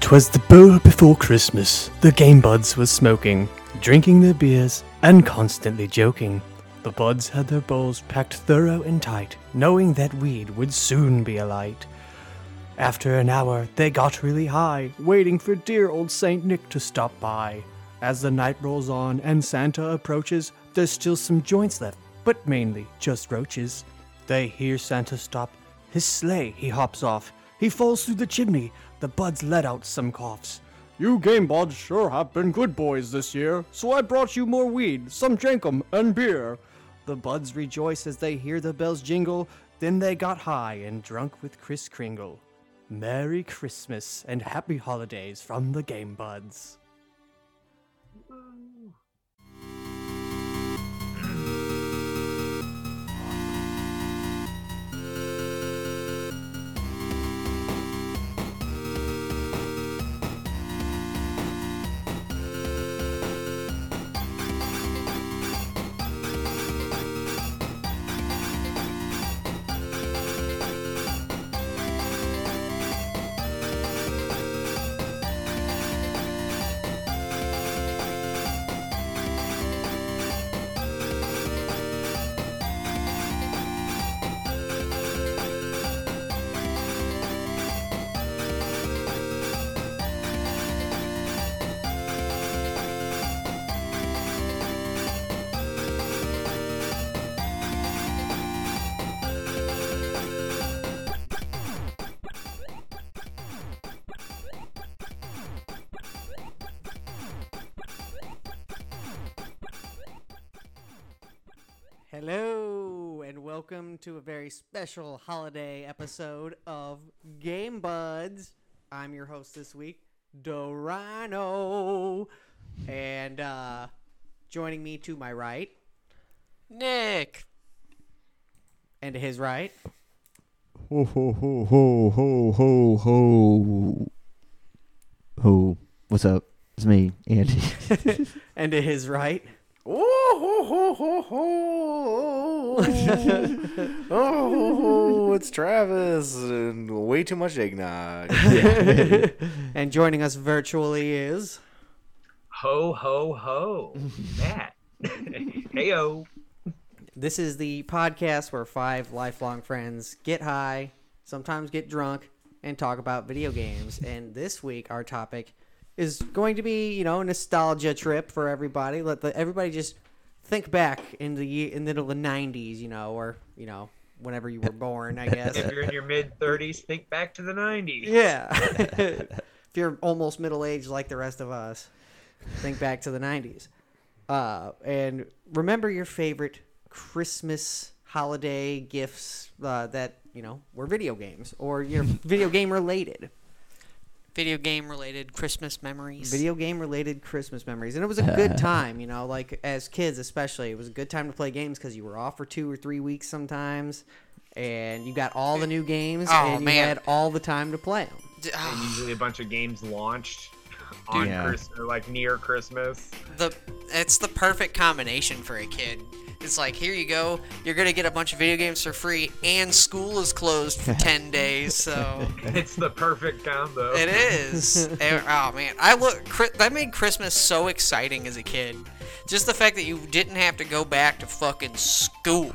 'Twas the Boer before Christmas. The game buds was smoking, drinking their beers, and constantly joking. The buds had their bowls packed thorough and tight, knowing that weed would soon be alight. After an hour, they got really high, waiting for dear old Saint Nick to stop by. As the night rolls on and Santa approaches, there's still some joints left, but mainly just roaches. They hear Santa stop. His sleigh he hops off. He falls through the chimney. The buds let out some coughs. You game buds sure have been good boys this year, so I brought you more weed, some jankum, and beer. The buds rejoice as they hear the bells jingle. Then they got high and drunk with Kris Kringle. Merry Christmas and happy holidays from the Game Buds. Hello, and welcome to a very special holiday episode of Game Buds. I'm your host this week, Dorino. And uh, joining me to my right Nick. and to his right, Ho ho ho ho ho ho ho ho. What's up? It's me, Andy. and to his right, Oh, it's Travis and way too much eggnog. and joining us virtually is. ho ho ho matt heyo This is the podcast where five lifelong friends get high, sometimes get drunk, and talk about video games. And this week, our topic is going to be, you know, a nostalgia trip for everybody. Let the, everybody just think back in the ye- in the middle of the '90s, you know, or you know, whenever you were born, I guess. if you're in your mid 30s think back to the 90s yeah. if you're almost middle aged like the rest of us, think back to the 90s. Uh, and remember your favorite Christmas holiday gifts uh, that, you know, were video games or your video game related. Video game related Christmas memories. Video game related Christmas memories. And it was a good time, you know, like as kids, especially. It was a good time to play games because you were off for two or three weeks sometimes. And you got all the new games Oh, and you man. had all the time to play them. D- and ah, usually a bunch of games launched on Yeah. Christmas, or like near Christmas. the it's the perfect combination for a kid. It's like here you go, you're gonna get a bunch of video games for free, and school is closed for ten days, so It's the perfect combo. it is. And- oh man, I look Chri- that made Christmas so exciting as a kid. Just the fact that you didn't have to go back to fucking school,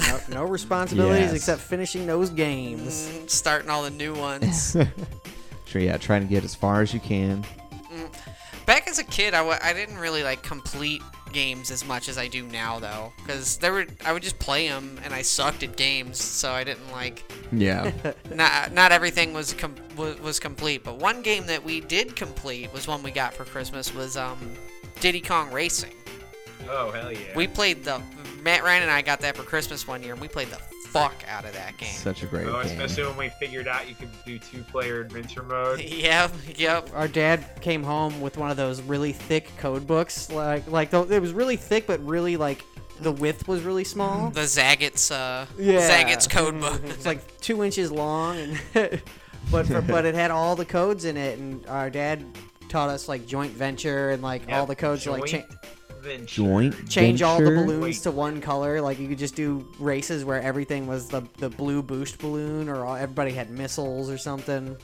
No, no responsibilities Yes. except finishing those games. Mm, and starting all the new ones. sure, yeah, trying to get as far as you can. Back as a kid, I, w- I didn't really like complete games as much as I do now, though, because there were I would just play them and I sucked at games, so I didn't like Yeah. not not everything was com- was, was complete. But one game that we did complete was one we got for Christmas was um Diddy Kong Racing. Oh hell yeah! We played the Matt Ryan and I got that for Christmas one year, and we played the fuck out of that game. Such a great oh, especially game. when we figured out you could do two-player adventure mode. yep, yep. Our dad came home with one of those really thick code books, like like the, it was really thick, but really like the width was really Mm, small. The Zagat's uh Yeah. Mm-hmm. Zagat's code book. It's like two inches long, and but for, but it had all the codes in it, and our dad taught us like joint venture and like all Yep, the codes to like cha- joint venture. Joint change all the venture? balloons Wait. to one color. Like you could just do races where everything was the the blue boost balloon, or all, everybody had missiles or something.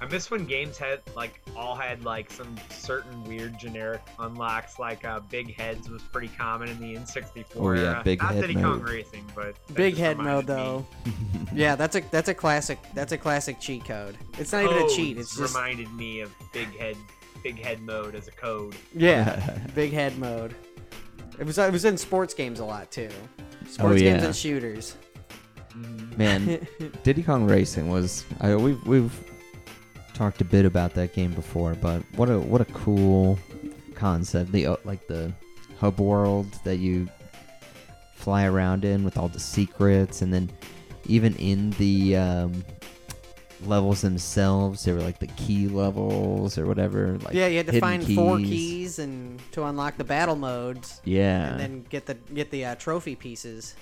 I miss when games had like all had like some certain weird generic unlocks. Like uh, Big Heads was pretty common in the N64. Oh, yeah, era. Big Not Head Diddy Kong mode. Racing, but that Big just head mode reminded me- though. yeah, that's a that's a classic that's a classic cheat code. It's not even a Codes cheat. It's just reminded me of Big Head, Big Head mode as a code. yeah, big head mode. It was it was in sports games a lot too. Sports games Oh, yeah. and shooters. Man, Diddy Kong Racing was I we've we've talked a bit about that game before, but what a what a cool concept. The uh, like the hub world that you fly around in with all the secrets and then even in the um, levels themselves, they were like the key levels or whatever. Like yeah, you had to hidden find four keys and to unlock the battle modes, Yeah. and then get the get the uh, trophy pieces,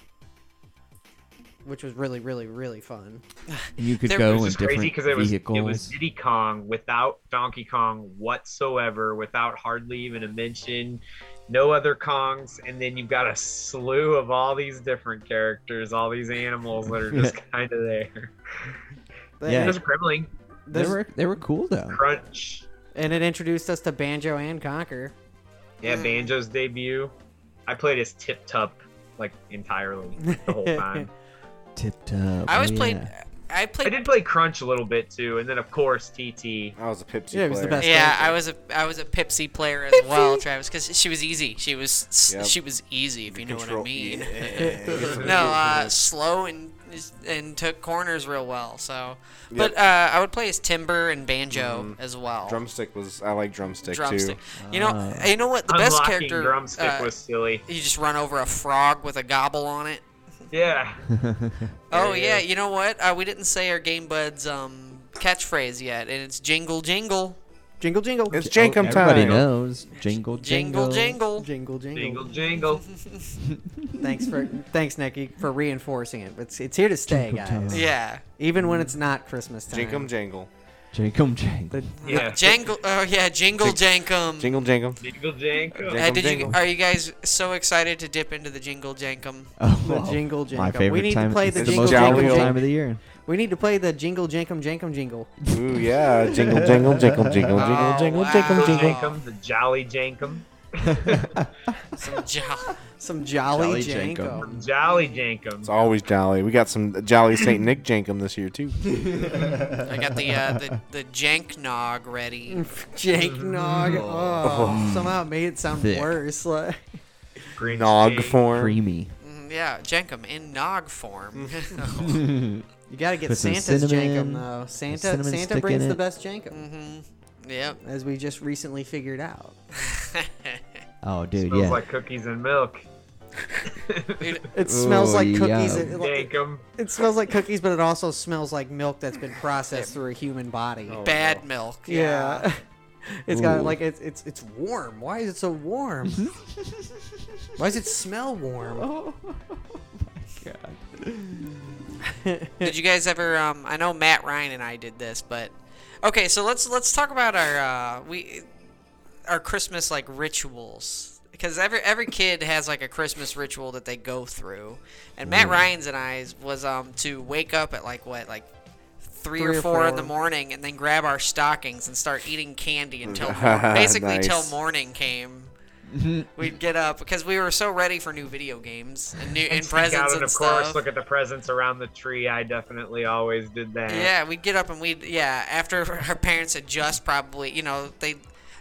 which was really really really fun. And you could There- go in It was just different crazy because it was vehicles. it was Diddy Kong without Donkey Kong whatsoever, without hardly even a mention, no other Kongs, and then you've got a slew of all these different characters, all these animals that are just kind of there. But- Yeah. There's Gremlin, they there's- were they were cool though. Crunch, and it introduced us to Banjo and Conquer. Mm. yeah, Banjo's debut. I played as Tip Tup like entirely the whole time. Tipped up. I always oh, played. yeah. I I played. did play Crunch a little bit too, and then of course TT. I was a Pepsi Yeah, player. it was the best. yeah, character. I was a I was a Pepsi player as well, Travis, because she was easy. She was s Yep. she was easy, if you know what I Control- E, mean. Yeah. no, uh, slow and and took corners real well. So, but uh, I would play as Timber and Banjo as well. drumstick was. I like drumstick, Drumstick. too. You know, you know what the best Unlocking character. drumstick uh, was silly. You just run over a frog with a gobble on it. Yeah. Oh yeah, you know what? Uh, we didn't say our Game Buds um, catchphrase yet, and it's jingle jingle, Jingle jingle. Oh, It's Jankum Everybody time. knows. Jingle, jingle jingle. jingle. Jingle, jingle Jingle jingle. Thanks for thanks Nicky for reinforcing it. It's it's here to stay, Jingle guys. time. Yeah, Even when it's not Christmas time. Jinkum jangle. Jingle, jingle. The- Yeah. jangle. Oh yeah, jingle jankum. Jingle jankum. Jingle jangle. Jangle Uh, did you, jangle. are you guys so excited to dip into the jingle jankum? Oh, The jingle My jangle. favorite We need to time. play it's the the jingle most jangle jolly jangle. time of the year. we need to play the jingle jankum jankum jingle. Ooh yeah, jingle jangle jingle jingle jingle Oh, jingle wow. Jingle jingle jingle. jankum. The jolly jankum. Some jolly. Some Jolly jolly, jankum. jankum. Jolly jankum. It's always jolly. We got some jolly Saint Nick jankum this year too. I got the uh, the the jank nog ready. Jank nog. Oh, somehow it made it sound Thick. worse. Like, Green Nog shade. form. Creamy. Mm, Yeah, jankum in nog form. you gotta get Put some Santa's cinnamon- jankum though. Santa cinnamon Santa stick brings in the it. best jankum, yep. as we just recently figured out. Oh, dude, Smells yeah. like cookies and milk. It smells like cookies. yum. It, like, Jankum. it smells like cookies, but it also smells like milk that's been processed through a human body. Bad milk. Yeah. It's got Ooh. like it's it's it's warm. Why is it so warm? Why does it smell warm? Did you guys ever? Um, I know Matt Ryan and I did this, but okay. So let's let's talk about our uh, we our Christmas like rituals because every every kid has like a Christmas ritual that they go through, and Matt Ryan's and I was um to wake up at like what like. Three, or, four, in the morning, and then grab our stockings and start eating candy until basically till Nice. morning came. We'd get up because we were so ready for new video games and new and, Sneak out and presents and of stuff. course look at the presents around the tree. I definitely always did that. Yeah, we'd get up and we'd yeah. After her parents had just probably you know they,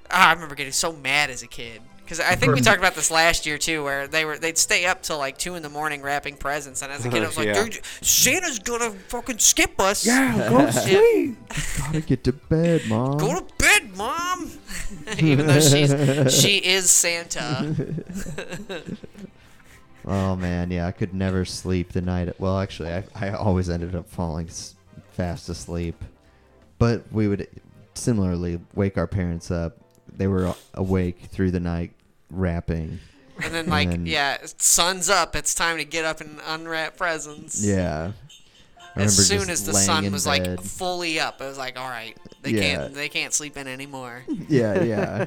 ah, I remember getting so mad as a kid because I think we talked about this last year too, where they were they'd stay up till like two in the morning wrapping presents, and as a kid I was like, Yeah. dude, Santa's gonna fucking skip us. go sleep. Gotta get to bed, mom. Go to bed, mom. Even though she's she is Santa. Oh man, yeah. I could never sleep the night. Well, actually, I, I always ended up falling s- fast asleep. But we would similarly wake our parents up. They were awake through the night, rapping. And then like then- yeah, sun's up. It's time to get up and unwrap presents. Yeah. I remember as soon just as the laying sun in was like bed. fully up, it was like, all right, they Yeah. can't they can't sleep in anymore. Yeah, yeah.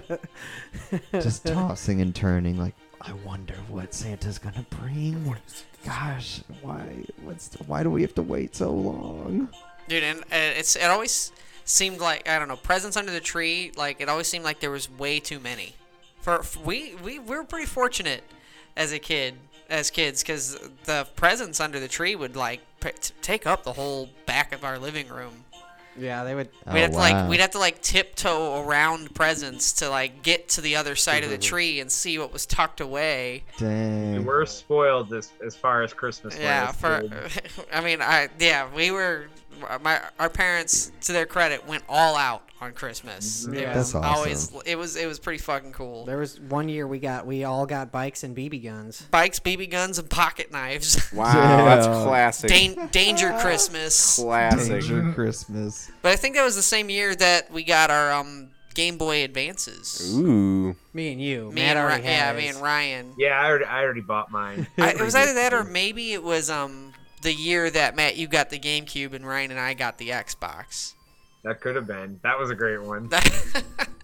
Just tossing and turning, like I wonder what Santa's gonna bring. What- Gosh, why? What's why do we have to wait so long? Dude, and uh, it's it always seemed like I don't know presents under the tree. Like it always seemed like there was way too many. For f- we we, we were pretty fortunate as a kid as kids because the presents under the tree would like p- t- take up the whole back of our living room. Yeah, they would. Oh, We'd have to wow. like we'd have to like tiptoe around presents to like get to the other side of the tree and see what was tucked away. We Dang. were spoiled as, as far as Christmas. yeah, was, for dude. I mean I yeah we were my our parents to their credit went all out on Christmas. It Yeah. was That's always it was it was pretty fucking cool. There was one year we got we all got bikes and BB guns. Bikes, BB guns, and pocket knives. Wow, that's Yeah. classic. Dan- danger Christmas. classic. Danger Christmas. But I think that was the same year that we got our um, Game Boy Advances. Ooh. Me and you. Me Matt and already Ri- yeah, had me his. and Ryan. Yeah, I already, I already bought mine. I, it was either that or maybe it was um the year that Matt you got the GameCube and Ryan and I got the Xbox. That could have been. That was a great one.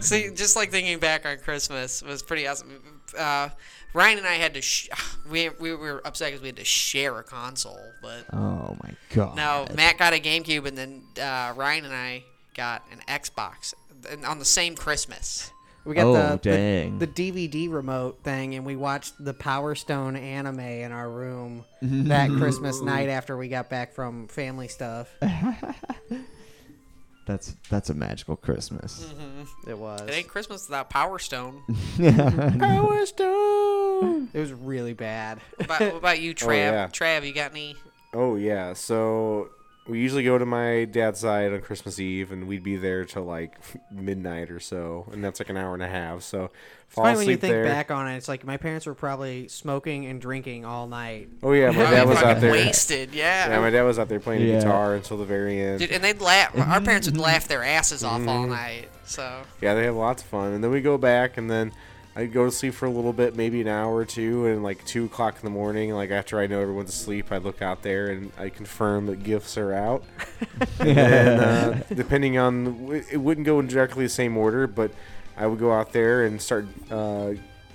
See, just like thinking back on Christmas was pretty awesome. Uh, Ryan and I had to sh- we we were upset because we had to share a console, but Oh my god. no, Matt got a GameCube and then uh, Ryan and I got an Xbox and on the same Christmas. We got Oh, the, the- dang. the DVD remote thing, and we watched the Power Stone anime in our room that Christmas night after we got back from family stuff. That's that's a magical Christmas. Mm-hmm. It was. It ain't Christmas without Power Stone. Power Stone. It was really bad. What about, what about you, Trav? Oh, yeah. Trav, you got any? Oh yeah. So we usually go to my dad's side on Christmas Eve, and we'd be there till like midnight or so, and that's like an hour and a half. So fall Probably asleep when you think there. back on it, it's like my parents were probably smoking and drinking all night. oh yeah, my Oh, dad you was out fucking there. Wasted, yeah. Yeah, my dad was out there playing the Yeah. guitar until the very end. Dude, and they'd laugh. Our parents would laugh their asses off all Mm-hmm. night. So Yeah, they had lots of fun. And then we go back, and then I go to sleep for a little bit, maybe an hour or two, and like two o'clock in the morning, like after I know everyone's asleep, I look out there and I confirm that gifts are out. and uh, depending on, it wouldn't go in directly the same order, but I would go out there and start. Uh,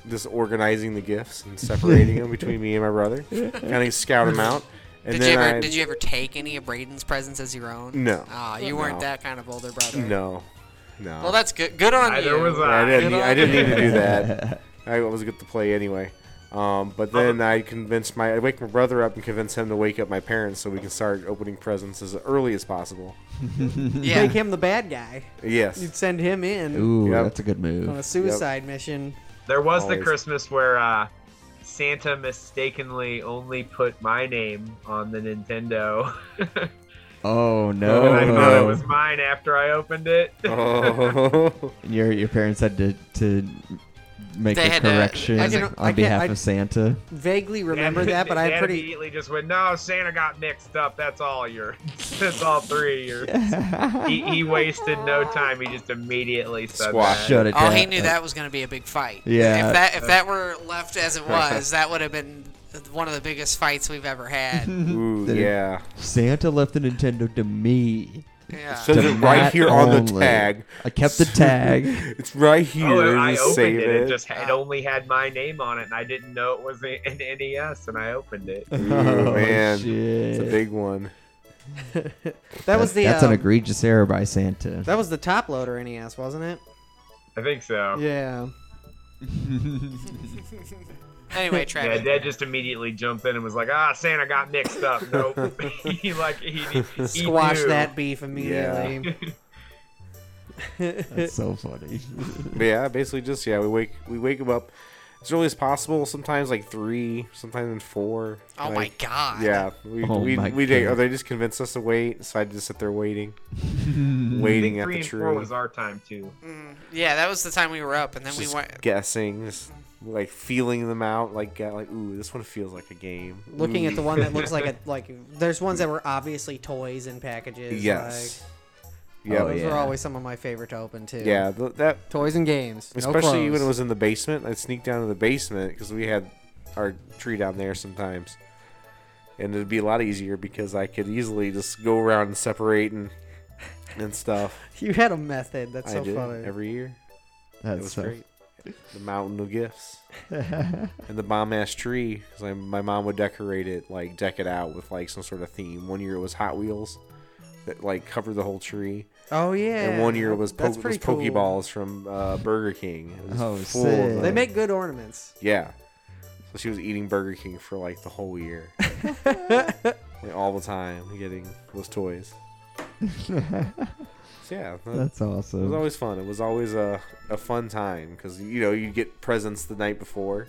just organizing the gifts and separating them between me and my brother, kind of scout them out. And did then you ever I, did you ever take any of Braden's presents as your own? No. Ah, you No. weren't that kind of older brother. no, no. Well, that's good. Good on Neither you. was I I. didn't. Good need- I on didn't you. need to do that. I was good to play anyway. Um, but then I convinced my I wake my brother up and convince him to wake up my parents so we can start opening presents as early as possible. yeah. Make him the bad guy. You'd Yes. send him in Ooh, Yep. that's a good on a move. suicide mission. There was the Always. Christmas where uh, Santa mistakenly only put my name on the Nintendo. Oh and I thought it no. was mine after I opened it. Oh. Your your parents had to to make They a had to- correction I can- I on can- behalf I- of Santa. Vaguely remember Dad- that, but I Dad pretty immediately just went, "No, Santa got mixed up. That's all your. That's all three your." he, he wasted no time. He just immediately said Squash. that. Shut it Oh, down. he knew that was going to be a big fight. Yeah. If that if that were left as it was, that would have been one of the biggest fights we've ever had. Ooh, Did it- yeah. Santa left the Nintendo to me. Yeah. Says To it right Matt here on the only. tag. I kept the tag. It's right here. Oh, I Just opened save it. It, just had, it only had my name on it, and I didn't know it was a- an NES, and I opened it. Ooh, Oh, man, it's a shit. big one. that was the That's an um, egregious error by Santa. that was the top loader NES, wasn't it? I think so. Yeah, Yeah. Anyway, Travis. Dad just immediately jumped in and was like, "Ah, Santa got mixed up." Nope. he like he, he Squash knew. that beef immediately. That's so funny. But yeah, basically just yeah, we wake we wake him up as early as possible. Sometimes like three, sometimes four. Oh my like, God. Yeah, we Oh we my we did. Or God. they just convinced us to wait, so I just sit there waiting, waiting at Three the and four tree, was our time too. Yeah, that was the time we were up, and then we just went. guessing, just like feeling them out, like got like ooh, this one feels like a game. Looking at the Ooh. one that looks like a like, there's ones that were obviously toys and packages. yes, Like, yeah, Oh, those yeah. were always some of my favorite to open too. yeah, th- that Toys and games. no especially when it clothes. was in the basement. I'd sneak down to the basement because we had our tree down there sometimes, and it'd be a lot easier because I could easily just go around and separate and and stuff. You had a method. That's I so did funny. every year. It That's was so- great. The mountain of gifts and the bomb ass tree because my mom would decorate it like deck it out with like some sort of theme. One year it was Hot Wheels, that like covered the whole tree. Oh yeah. and one year it was, po- That's pretty was cool. Pokeballs from uh, Burger King. It was Oh, full of sick. them. They make good ornaments. yeah. So she was eating Burger King for like the whole year, like, all the time, getting those toys. So yeah, that- That's it was awesome. always fun. It was always a, a fun time because you know you get presents the night before,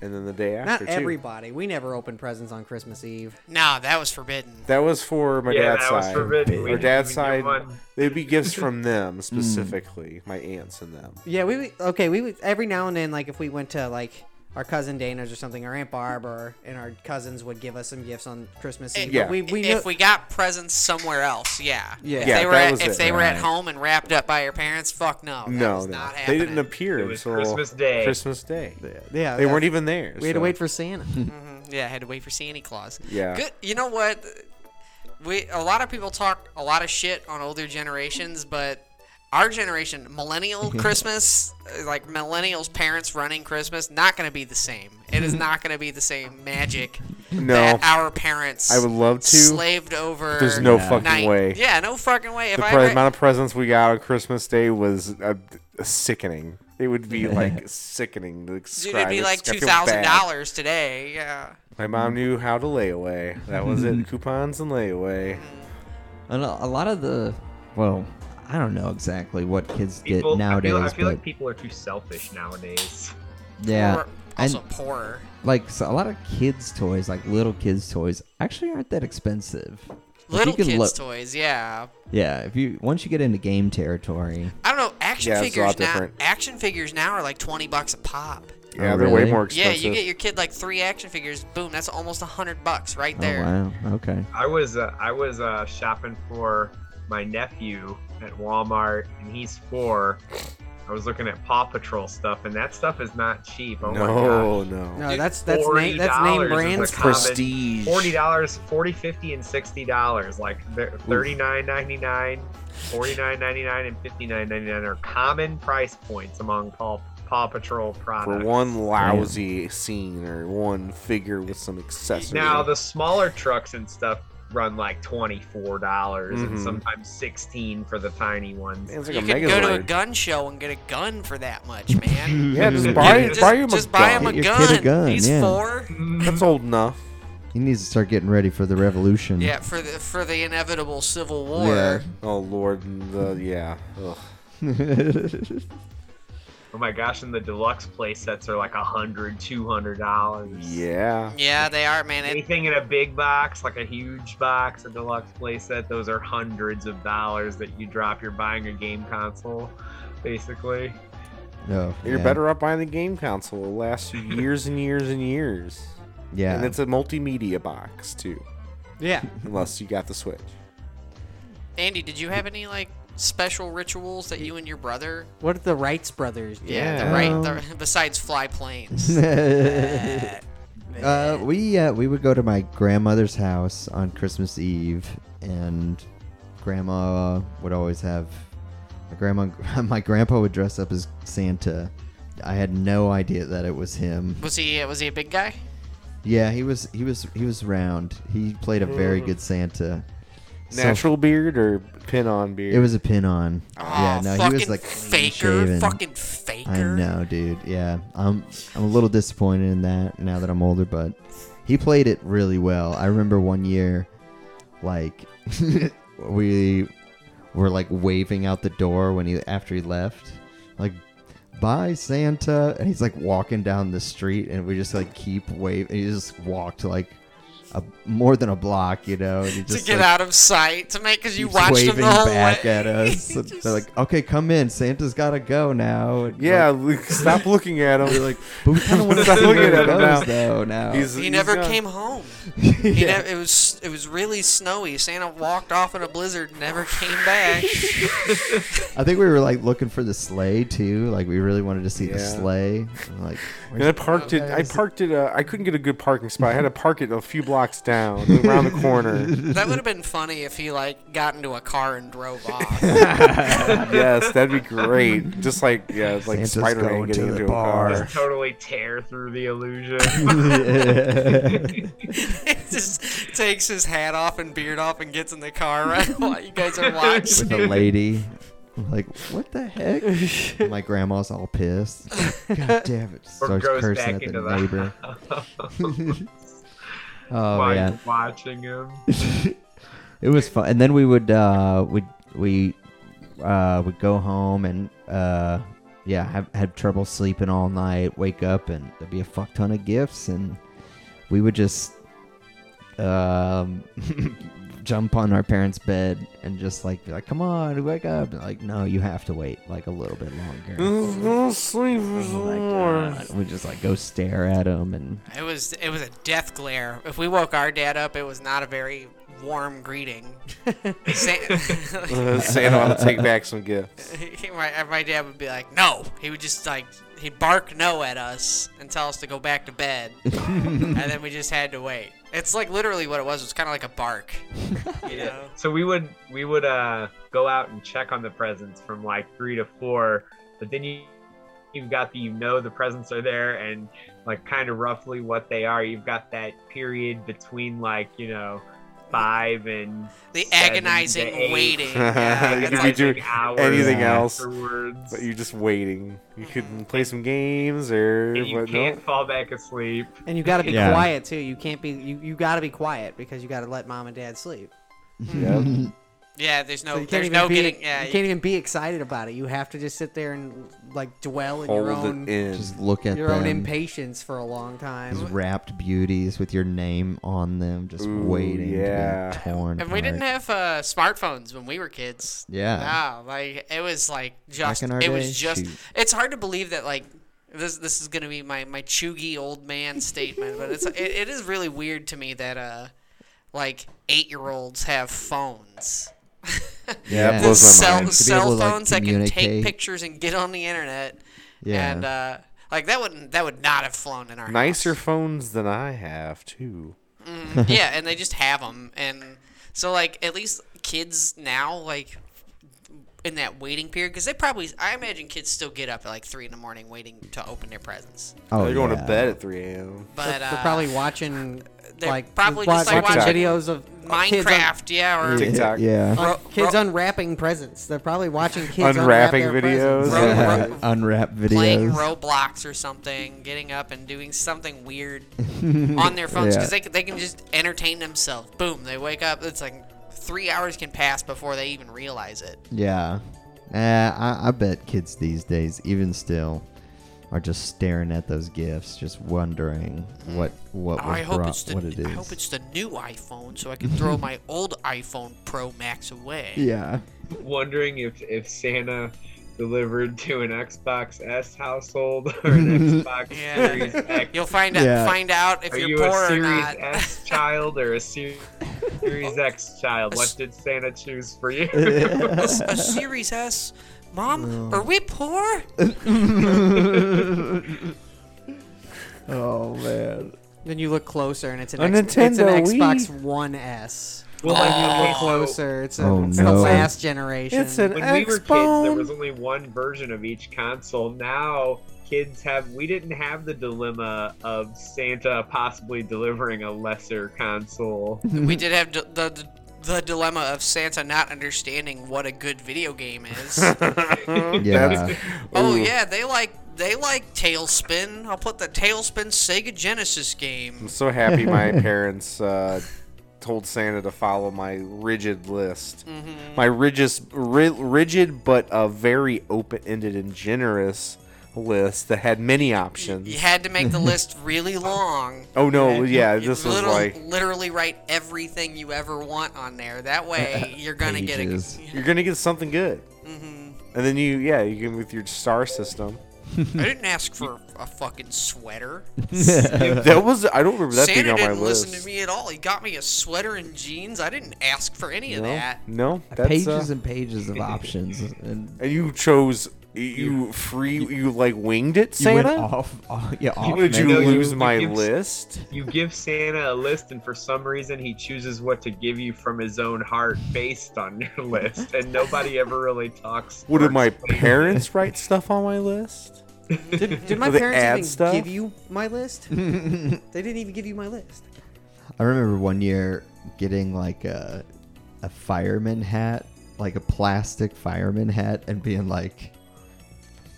and then the day Not after too. everybody. We never open presents on Christmas Eve. No, that was forbidden. That was for my yeah, dad's that side. was forbidden. We Our didn't dad's even get side, one. they'd be gifts from Mm. them specifically, my aunts and them. Yeah, we would- okay. We would, every now and then, like if we went to like our cousin Dana's or something, our aunt Barb or and our cousins would give us some gifts on Christmas Eve. but Yeah. we we knew, if we got presents somewhere else, yeah. Yeah. If Yeah, they were that at, was if it, they were at right. home and wrapped up by your parents, fuck no. That no, was no, not they happening. didn't appear It was until Christmas Day. Christmas Day. yeah They yeah. weren't even there. We had to so- wait for Santa. Mhm. Yeah, I had to wait for Santa Claus. Yeah. Good. You know what? We a lot of people talk a lot of shit on older generations, but our generation, millennial Christmas, uh, like millennials' parents running Christmas, not going to be the same. It is not going to be the same magic No. that our parents. I would love to. Slaved over. There's no fucking night. way. Yeah, no fucking way. If The I pre- ever- amount of presents we got on Christmas Day was uh, sickening. It would be like sickening to Dude, describe. it'd be It's- like I two feel thousand bad. dollars today. Yeah. My mom knew how to lay away. That was Mm-hmm. it. Coupons and layaway. Oh, And a, a lot of the, well, I don't know exactly what kids get People, nowadays, I feel, I feel but like people are too selfish nowadays. yeah, Or and also poorer. like so a lot of kids' toys, like little kids' toys, actually aren't that expensive. Like, you Little can kids' lo- toys. Yeah. Yeah, if you once you get into game territory, I don't know. Action Yeah, it's a lot figures now. different. Action figures now are like twenty bucks a pop. Yeah, Oh, they're way really? more Yeah, expensive. you get your kid like three action figures. Boom, that's almost a hundred bucks right there. oh wow, okay, I was uh, I was uh, shopping for my nephew at Walmart, and he's four. I was looking at Paw Patrol stuff, and that stuff is not cheap. Oh my no, gosh. no. No, Dude, that's that's name that's $40 name is brands. a common- Prestige. Forty dollars, forty, fifty, and sixty dollars. Like thirty nine ninety nine, forty nine ninety nine, and fifty nine ninety nine are common price points among Paw Paw Patrol For products. one lousy scene or one figure with some accessory. Now the smaller trucks and stuff run like twenty four dollars and Mhm. sometimes sixteen for the tiny ones. Man, it's like You a could mega go to a Zord. gun show and get a gun for that much, man. Yeah, just buy, just buy him a just buy him gun. a Get your kid a gun. gun, He's yeah. four. That's old enough. he needs to start getting ready for the revolution. Yeah, for the for the inevitable civil war. Yeah. Oh lord, and the yeah. Ugh. Oh my gosh, and the deluxe play sets are like a hundred, two hundred dollars. Yeah. Yeah, they are, man. It, Anything in a big box, like a huge box, a deluxe playset, those are hundreds of dollars that you drop. You're buying a game console, basically. Oh, You're yeah. better off buying the game console. It'll last you years and years and years. Yeah, And it's a multimedia box too. Yeah, Unless you got the Switch. Andy, did you have any like special rituals that you and your brother? what did the Wrights brothers do? Yeah, the right. The, besides fly planes. Uh, we uh, we would go to my grandmother's house on Christmas Eve, and grandma would always have my grandma. My grandpa would dress up as Santa. I had no idea that it was him. was he was he a big guy? Yeah, he was he was he was round. He played a very good Santa. So Natural beard or pin on beard? it was a pin on. yeah, Aw, no, he Ah, fucking was like clean faker, shaven. fucking faker. I know, dude. Yeah, I'm I'm a little disappointed in that now that I'm older, but he played it really well. I remember one year, like we were like waving out the door when he after he left, like bye Santa, and he's like walking down the street, and we just like keep waving. He just walked like a more than a block, you know, and he To just get like, out of sight, to make because you keeps watched him waving the whole back way. at us. He And just- They're like, okay, come in. Santa's gotta go now. And, yeah, Luke, stop looking at him. You're like, But we kind of want to Stop see where looking it at him goes, now. though. Now, he's, He he's never gone. came home. He yeah. ne- it was it was really snowy. Santa walked off in a blizzard, and never came back. I think we were like looking for the sleigh too. Like we really wanted to see the Yeah. sleigh. And, like, And I parked it. I parked it. Uh, I couldn't get a good parking spot. I had to park it a few blocks down, around the corner. That would have been funny if he like got into a car and drove off. yes, that'd be great. Just like yeah, it's like Santa's Spider-Man going getting to the into a bar. car. totally tear through the illusion. just takes his hat off and beard off and gets in the car right while you guys are watching. with a lady. I'm like, what the heck? And my grandma's all pissed. God damn it. or Starts goes cursing back at into the the neighbor. house Oh, while yeah. you're watching him. It was fun. And then we would, uh, we, we, uh, would go home and, uh, yeah, have, had trouble sleeping all night, wake up, and there'd be a fuck ton of gifts. And we would just, um, jump on our parents' bed and just like, be like, come on, wake up. And like, no, you have to wait like a little bit longer. Don't sleep for Oh some my more. God. We just like go stare at him and It was it was a death glare. If we woke our dad up, it was not a very warm greeting. Sa- Uh, Santa want to take back some gifts. my, my dad would be like, "No." He would just like he'd bark no at us and tell us to go back to bed, and then we just had to wait. It's like literally what it was. It was kind of like a bark. You know? So we would we would uh go out and check on the presents from like three to four, but then you you've got the you know the presents are there and like kind of roughly what they are. You've got that period between like you know five and The seven to agonizing eight. waiting. You Yeah, could it's be like, doing hours anything else, afterwards. But you're just waiting. You could play some games or and you whatnot. can't fall back asleep. And you got to be Yeah. quiet too. You can't be you, you got to be quiet because you got to let mom and dad sleep. Yep. yeah, there's no, So you can't Oh, there's even no be getting. Yeah, you can't even be excited about it. You have to just sit there and like dwell in your own Hold it in. just look at your them. own impatience for a long These time. wrapped beauties with your name on them, just Ooh, waiting yeah. to be torn. And we didn't apart. have uh, smartphones when we were kids. Yeah. Nah, like it was like just in our it was day, just shoot. it's hard to believe that like this this is gonna be my my chuggy old man statement, but it's it, it is really weird to me that uh like eight year olds have phones. Yeah. it This blows To be cell my mind. able cell to, like, phones that can take communicate. pictures and get on the internet. Yeah. And uh like that wouldn't that would not have flown in our Nicer house. phones than I have too. yeah, and they just have them, and so like at least kids now like in that waiting period because they probably I imagine kids still get up at like three in the morning waiting to open their presents, oh, They're going yeah. to bed at 3 a.m. but uh, They're probably watching they're like probably wa- just, like, watching watching videos of kids un- Minecraft, yeah, or Yeah. TikTok. Yeah. un- Ro- kids ro- unwrapping presents. They're probably watching kids Unwrapping unwrapping videos. videos. Ro- Yeah, ro- Unwrapped videos. playing Roblox or something, getting up and doing something weird on their phones Yeah. because they they, they can just entertain themselves. Boom, they wake up. It's like three hours can pass before they even realize it. yeah. Uh, I, I bet kids these days, even still, are just staring at those gifts, just wondering what what was Mm. Oh, I hope brought, it's the what it is. I hope it's the new iPhone so I can throw my old iPhone Pro Max away. yeah. wondering if if Santa delivered to an Xbox S household or an Xbox Yeah. Series X. You'll find out Yeah. find out if Are you're you poor a or Series not. S child or a Se- Series X child? What did Santa choose for you? a Series S. Mom, are we poor? Oh man. Then you look closer and it's an, A X- it's an Nintendo Xbox One S. Well, like, okay, so Closer. It's, a, Oh, it's the no. last generation. It's an when we were kids, there Xbox. was only one version of each console. Now kids have we didn't have the dilemma of Santa possibly delivering a lesser console. we did have d- the, the the dilemma of Santa not understanding what a good video game is. Yeah. oh yeah, they like they like Tailspin. I'll put the Tailspin Sega Genesis game. I'm so happy my parents uh, told Santa to follow my rigid list. My rigid, ri- rigid but a very open-ended and generous list that had many options. You had to make the list really long. Oh no, yeah, this was literally, like literally write everything you ever want on there. That way, you're gonna get a. Pages. you're gonna get something good, and then you, yeah, you can with your star system. I didn't ask for a fucking sweater. that was I don't remember that being Santa on my didn't list. listen to me at all. He got me a sweater and jeans. I didn't ask for any of no, that. no, that's uh, pages and pages of options. And and you chose You- You free? You like winged it, You went Santa? off, off- yeah, off Did you No, you- lose you my give- list? You give Santa a list, and for some reason, he chooses what to give you from his own heart based on your list, and nobody ever really talks. What or did my explains it. parents write stuff on my list? Did, did my Will they parents add even stuff? give you my list? they didn't even give you my list. I remember one year getting like a a fireman hat, like a plastic fireman hat, and being like,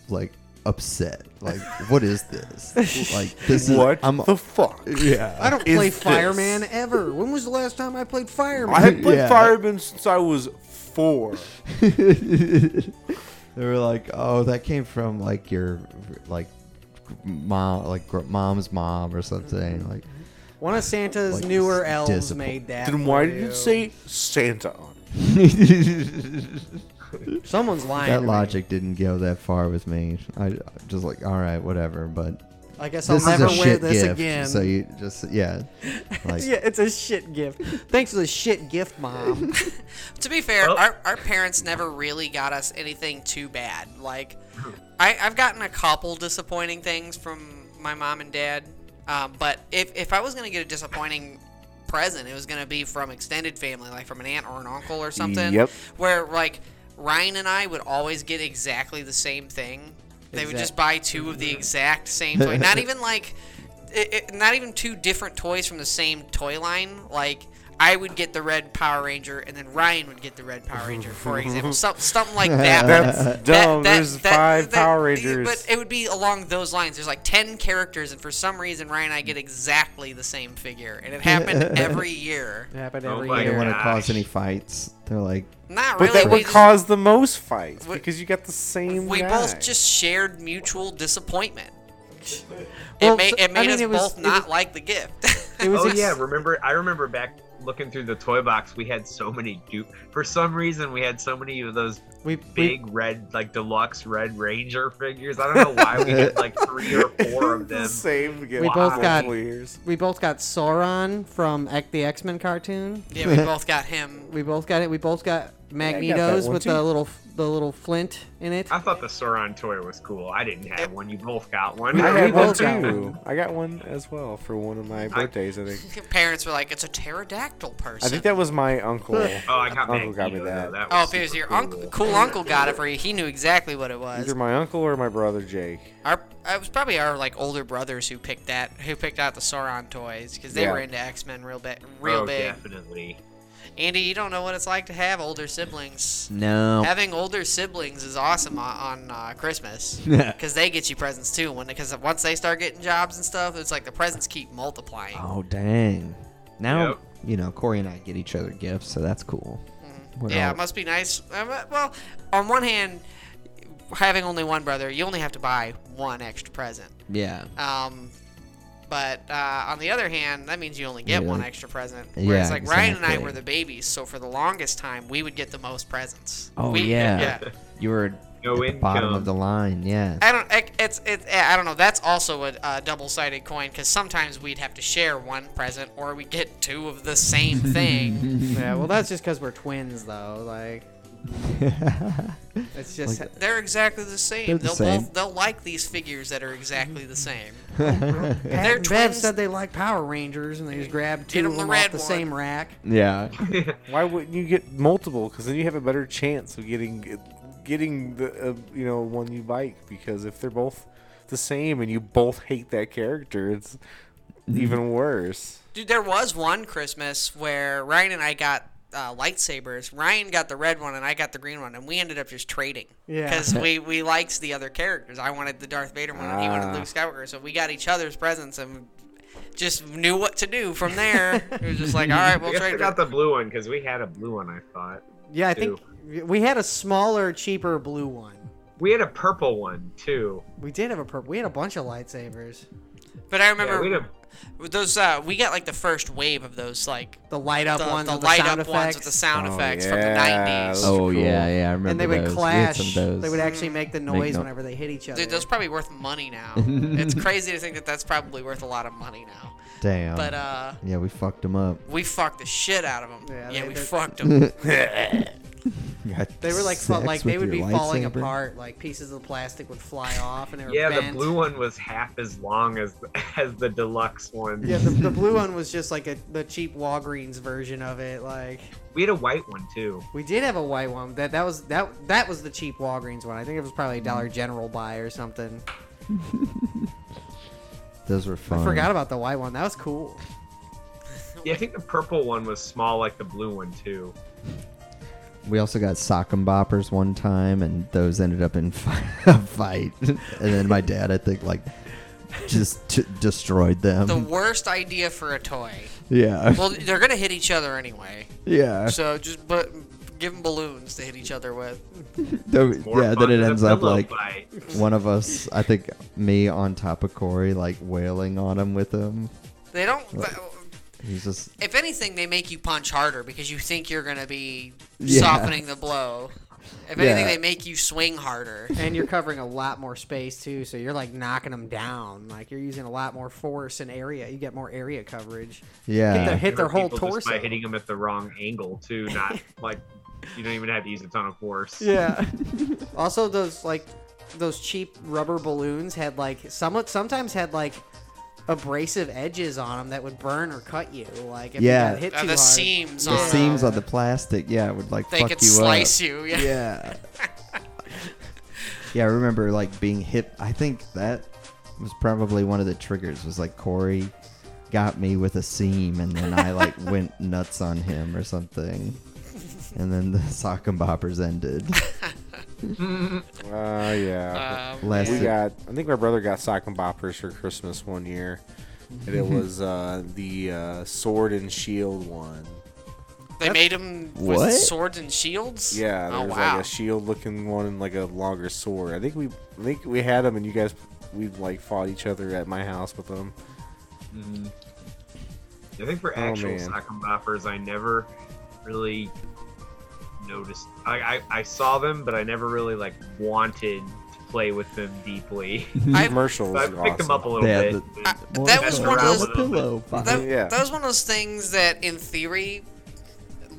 like upset, like what is this? Like this is What I'm the fuck? yeah. I don't Is play this- fireman ever. When was the last time I played fireman? I haven't played Yeah. fireman since I was four. they were like, oh, that came from like your like mom, like gr- mom's mom or something. Mm-hmm. Like One of Santa's Like, newer it's elves disappoint- made that. Then for why did it you. say Santa on it? Someone's lying. to that me. logic didn't go that far with me. I just like, all right, whatever, but. I guess this I'll is never a wear shit this gift. again. So you just yeah, like yeah, it's a shit gift. Thanks for the shit gift, Oh mom. To be fair, Well- our, our parents never really got us anything too bad. Like, I, I've gotten a couple disappointing things from my mom and dad. Um, but if, if I was going to get a disappointing present, it was going to be from extended family, like from an aunt or an uncle or something. Yep. Where, like, Ryan and I would always get exactly the same thing. They would just buy two of the exact same toy. Not even like, it, it, not even two different toys from the same toy line. Like I would get the red Power Ranger, and then Ryan would get the red Power Ranger, for example. Some, something like that. That's That- dumb. There's five Power Rangers. But it would be along those lines. There's like ten characters, and for some reason, Ryan and I get exactly the same figure, and it happened every year. It happened Oh every my they year. don't want to Gosh. cause any fights. They're like, Not But really. that we would just- cause the most fights We- because you got the same. we guy. both just shared mutual disappointment. Well, it made, so- it I made mean, us it was- both it not was- like the gift. It was Oh ex- yeah, remember? I remember back looking through the toy box. We had so many dupe. For some reason, we had so many of those we, we big red, like deluxe Red Ranger figures. I don't know why we had like three or four of the them. same. We both got- years. we both got Sauron from X- the X Men cartoon. yeah, we both got him. We both got it. We both got Magnetos one with too. the little the little flint in it. I thought the Sauron toy was cool. I didn't have one. You both got one. I we had one both got too. I got one as well for one of my birthdays. I think. Parents were like, "It's a pterodactyl person." I think that was my uncle. Oh, I got Uncle got me Magneto, that. though. That oh, was because super your cool. uncle, cool uncle, got it for you. He knew exactly what it was. Either my uncle or my brother Jake. Our, it was probably our like older brothers who picked that, who picked out the Sauron toys because they Yeah. were into X Men real big, real oh, big. definitely. Andy, you don't know what it's like to have older siblings. no. Having older siblings is awesome on, on uh, Christmas because they get you presents too. When because once they start getting jobs and stuff, it's like the presents keep multiplying. Oh dang! Now Yep. you know Corey and I get each other gifts, so that's cool. Mm-hmm. We're Yeah, all- it must be nice. Uh, but- Well, on one hand, having only one brother, you only have to buy one extra present. yeah. uh, Um, but uh, on the other hand, that means you only get Yeah. one extra present. Yeah, Whereas, like Ryan and I exactly. were the babies, so for the longest time, we would get the most presents. Oh we, yeah. You were No at the bottom income. of the line. Yeah. I don't. it- It's it's. I don't know. That's also a, uh double-sided coin because sometimes we'd have to share one present, or we get two of the same thing. yeah, well, that's just because we're twins, though. Like, it's just They're exactly the same. They're the will same. both they'll like these figures that are exactly the same. Pat they're and Bev twins. said they like Power Rangers, and they just grabbed two Get 'em of the them off red the one. same rack. yeah. Why wouldn't you get multiple? Because then you have a better chance of getting getting the uh, you know one you like. Because if they're both the same and you both hate that character, it's even worse. Dude, there was one Christmas where Ryan and I got uh, lightsabers. Ryan got the red one, and I got the green one, and we ended up just trading. Yeah. Because we we liked the other characters. I wanted the Darth Vader one, and he wanted Ah. Luke Skywalker. So we got each other's presents and just knew what to do from there. it was just like, all right, I we'll guess I trade. got the blue one because we had a blue one. I thought Yeah, I think we had a smaller, cheaper blue one. we had a purple one too. We did have a purple. We had a bunch of lightsabers. but I Yeah, remember we had a those. Uh, we got like the first wave of those, like The light up the, ones, the with light sound up ones with effects. the sound Oh, effects yeah, from the those- '90s. Oh cool. yeah, yeah. I remember and they would those. We had clash. some of those. They would actually make the noise no- whenever they hit each other. Dude, those probably worth money now. it's crazy to think that that's probably worth a lot of money now. Damn. But uh. yeah, we fucked them up. We fucked the shit out of them. Yeah, Yeah, they- we they- fucked them. They were like fa- like they would be falling apart. Like pieces of plastic would fly off, and they were Yeah, bent. the blue one was half as long as as the deluxe one. Yeah, the, the blue one was just like a the cheap Walgreens version of it. Like We had a white one too. we did have a white one. That that was that that was the cheap Walgreens one. I think it was probably a Dollar Mm. General buy or something. Those were fun. I forgot about the white one. That was cool. Yeah, I think the purple one was small like the blue one too. We also got sock and boppers one time, and those ended up in fi- a fight. and then my dad, I think, like just t- destroyed them. The worst idea for a toy. yeah, Well, they're gonna hit each other anyway. yeah, So just but give them balloons to hit each other with. The- More yeah. fun Then it than a ends up pillow like fight. one of us, I think, me on top of Corey, like wailing on him with him. They don't. He's just If anything, they make you punch harder because you think you're gonna be Yeah. softening the blow. If anything, Yeah. they make you swing harder. And you're covering a lot more space too, so you're like knocking them down. Like you're using a lot more force and area. You get more area coverage. Hit their, yeah. hit their Hurt whole people just torso. by hitting them at the wrong angle too. Not like you don't even have to use a ton of force. Yeah. also, those like those cheap rubber balloons had like some sometimes had like abrasive edges on them that would burn or cut you. Like if Yeah. you got hit too Uh, the hard. seams The on 'em, seams on the plastic, yeah, it would like They fuck could you slice up. you. Yeah. Yeah. yeah, I remember like being hit. I think that was probably one of the triggers. Was like Corey got me with a seam, and then I like went nuts on him or something. And then the sock and boppers ended. Uh, yeah. Um, Last we got. I think my brother got sock and boppers for Christmas one year, and it was uh, the uh, sword and shield one. they made them with What? swords and shields. Yeah, there Oh was wow. like a shield looking one and like a longer sword. I think we, I think we had them, and you guys, we like fought each other at my house with them. Mm-hmm. I think for Oh, actual man. sock and boppers, I never really noticed. I, I I saw them, but I never really like wanted to play with them deeply. I- Commercials, so I picked awesome. them up a little Yeah, bit. I- Well, that I was don't one of know. around those. with them, Pillow fight. That, Yeah. that was one of those things that, in theory,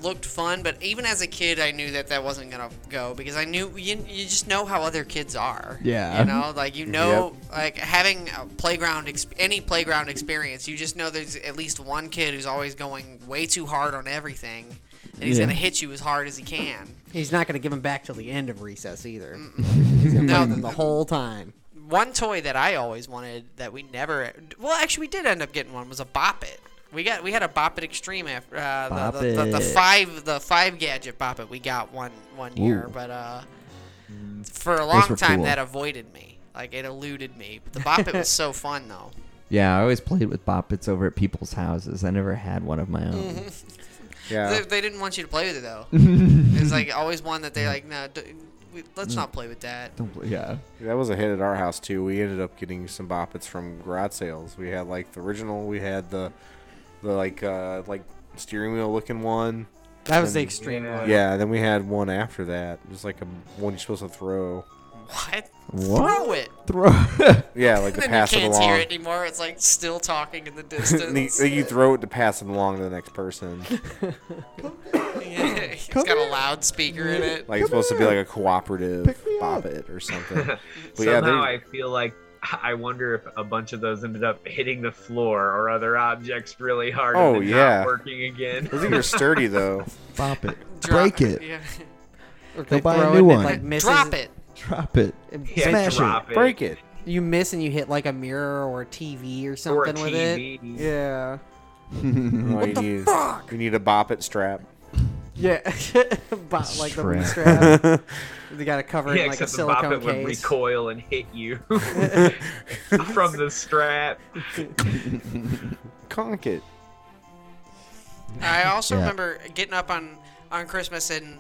looked fun, but even as a kid, I knew that that wasn't gonna go because I knew you, you just know how other kids are. Yeah. You know, like you know, like having a playground, exp- any playground experience, you just know there's at least one kid who's always going way too hard on everything, and he's Yeah. gonna hit you as hard as he can. He's not going to give them back till the end of recess either. He's going to No. play them the whole time. One toy that I always wanted that we never, well, actually, we did end up getting one was a Bop It. We got we had a Bop It Extreme after uh, Bop the, the, the, the It. five the five gadget Bop It we got one one year, Ooh. but uh, for a long were time cool. that avoided me, like it eluded me. But the Bop It was so fun though. Yeah, I always played with boppets over at people's houses. I never had one of my own. Yeah, They, they didn't want you to play with it though. it's like always one that they like no, d- we, let's not play with that. Don't bl- yeah. that was a hit at our house too. We ended up getting some boppets from garage sales. We had like the original. We had the, the like uh like steering wheel looking one. That was the extreme one. Yeah, then we had one after that. It was like a one you're supposed to throw. What? What? Throw it. Throw. Yeah, like And to then you pass it can't along. hear it anymore. It's like still talking in the And you, distance. then you throw it to pass it along to the next person. He's got a loudspeaker in it. Like it's supposed to be like a cooperative bobbit or something. But yeah, they- Somehow I feel like I wonder if a bunch of those ended up hitting the floor or other objects really hard. Oh, and then yeah. not working again. those things are sturdy though. Bop it. Drop- Break it. yeah. Or Go they buy a throw new it and one. like, misses Drop it. Drop it. Yeah, Smash it. drop it. Break it. You miss and you hit like a mirror or a TV or something Or a with it. TV. Yeah. Mhm. What you, need, you need a boppet strap. Yeah, Bop, like Strap. the boot strap. they got to cover it Yeah, in like a except the silicone boppet would case. recoil and hit you from the strap. Conk it. I also Yeah. remember getting up on on Christmas and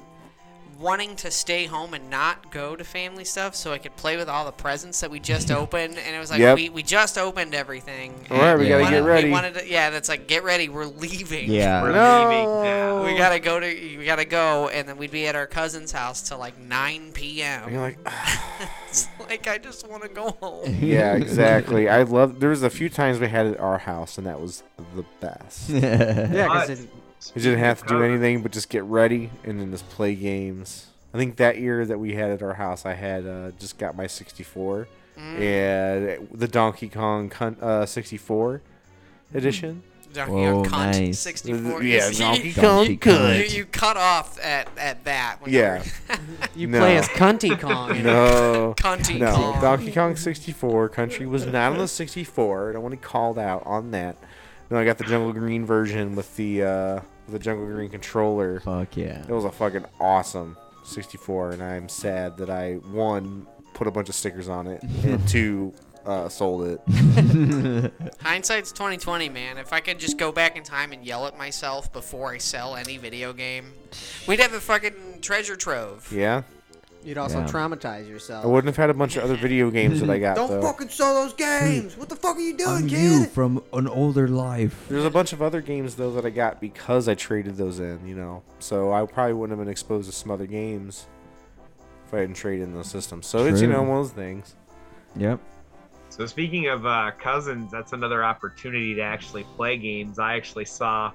wanting to stay home and not go to family stuff so I could play with all the presents that we just opened. And it was like Yep. we, we just opened everything. All right, we and gotta wanted- get ready. We wanted to, yeah, that's like get ready. We're leaving. Yeah. We're leaving now. We gotta go to we gotta go, and then we'd be at our cousin's house till like 9 p.m. And you're like, It's like I just want to go home. yeah, exactly. I love. There was a few times we had it at our house, and that was the best. Yeah, 'cause But it- You didn't have to do anything but just get ready and then just play games. I think that year that we had at our house, I had uh, just got my 64 and the Donkey Kong con- uh, 64 edition. Donkey Whoa, Kong Cunt nice. 64. Yeah, You- Donkey you- Donkey You, Kong. you cut off at, at that. when you Yeah. were- You No. play as Cunty Kong. No. Cunty no. Kong. Donkey Kong 64 Country was not on the 64, and I want to call out on that. Then I got the Jungle Green version with the uh, with the Jungle Green controller. Fuck yeah. It was a fucking awesome 64, and I'm sad that I one put a bunch of stickers on it, and two uh, sold it. Hindsight's 2020, man. If I could just go back in time and yell at myself before I sell any video game, we'd have a fucking treasure trove. Yeah, You'd also Yeah. traumatize I yourself. wouldn't have had a bunch of other video games that I got Don't though. fucking sell those games. What the fuck are you doing, I'm you kid? from an older life. There's a bunch of other games though that I got because I traded those in, you know. So I probably wouldn't have been exposed to some other games if I hadn't traded in those systems. So it's you True. know one of those things. Yep. So speaking of uh, cousins, that's another opportunity to actually play games. I actually saw,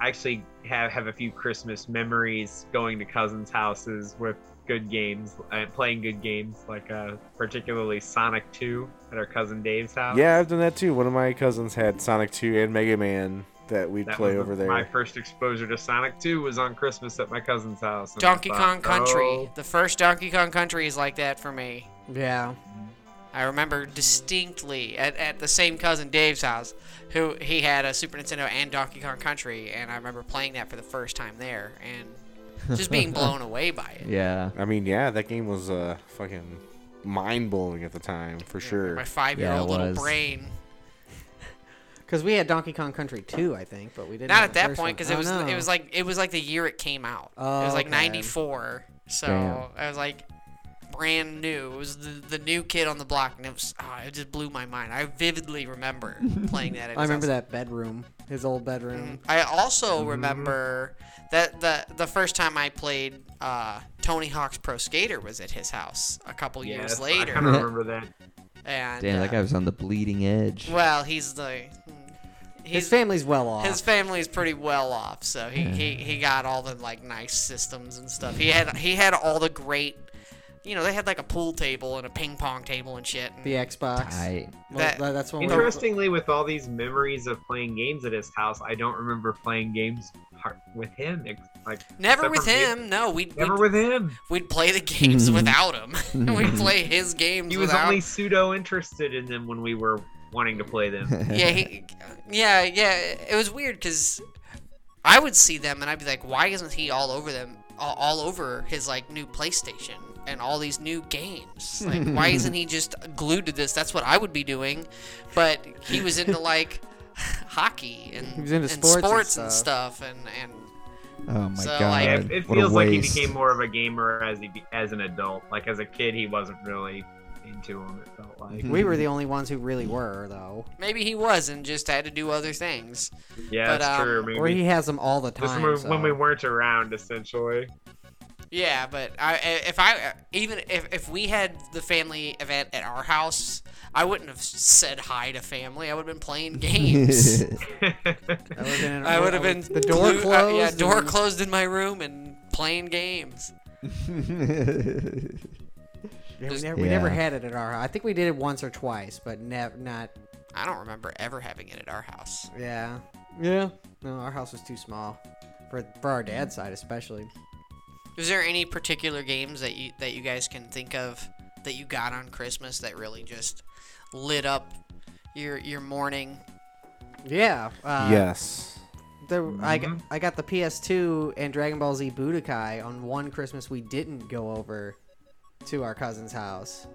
I actually have have a few Christmas memories going to cousins' houses with good games and playing good games, like uh, particularly Sonic Two at our cousin Dave's house. Yeah, I've done that too. One of my cousins had Sonic 2 and Mega Man that we'd That play was over there. My first exposure to Sonic 2 was on Christmas at my cousin's house. and I Donkey Kong thought, Country. "Oh, The first Donkey Kong Country is like that for me. Yeah. I remember distinctly at, at the same cousin Dave's house, who he had a Super Nintendo and Donkey Kong Country, and I remember playing that for the first time there and just being blown away by it. Yeah. I mean, yeah, that game was uh fucking mind blowing at the time for sure. My five year old Yeah, it little was. brain. Because we had Donkey Kong Country 2, I think, but we didn't. Not have at the that first point one. because it Oh, was no. it was like it was like the year it came out. it Oh, was like okay. '94, so Damn. I was like brand new. It was the, the new kid on the block, and it was ah, it just blew my mind. I vividly remember playing that. At I his remember house. that bedroom, his old bedroom. I Mm-hmm. also remember that the the first time I played uh, Tony Hawk's Pro Skater was at his house a couple yes, years I kind later, of remember that. and Damn, uh, that guy was on the bleeding edge. well, he's the His he's family's well off. his family's pretty well off, so he, he, he got all the like nice systems and stuff. He had he had all the great, you know, they had like a pool table and a ping pong table and shit. And the Xbox. I Well, That- tha- that's when we were- Interestingly, with all these memories of playing games at his house, I don't remember playing games par- with him. ex- Like Never except with for me- him. No, we'd Never we'd, with him. we'd play the games without him. we'd play his games. He was without only pseudo interested in them when we were wanting to play them. yeah, he, yeah, yeah. It was weird because I would see them and I'd be like, why isn't he all over them, all, all over his like new PlayStation and all these new games? Like, why isn't he just glued to this? That's what I would be doing, but he was into like hockey and was into and sports and and stuff and and Oh my So, god. like- Yeah, it, it what a feels like he waste. became more of a gamer as he be- as an adult. Like as a kid, he wasn't really into them. It felt like. Mhm. Hmm. we were the only ones who really were, though. maybe he was and just had to do other things. Yeah, But, that's um, true. Maybe. Or he has them all the This time. was so. when uh, we weren't around, essentially. Yeah, but I if I even if, if we had the family event at our house, I wouldn't have said hi to family. I would have been playing games. That would've been- I would have been the door glued- closed. uh, yeah, door and- closed in my room and playing games. Yeah, we, Just- never, we never Yeah. had it at our house. I think we did it once or twice, but nev- not. I don't remember ever having it at our house. Yeah. Yeah. No, our house was too small. For, for our dad's side, especially. Was there any particular games that you that you guys can think of that you got on Christmas that really just lit up your your morning? Yeah. Uh, yes. There, I, g- Mm-hmm. I got the PS2 and Dragon Ball Z Budokai on one Christmas. We didn't go over to our cousin's house.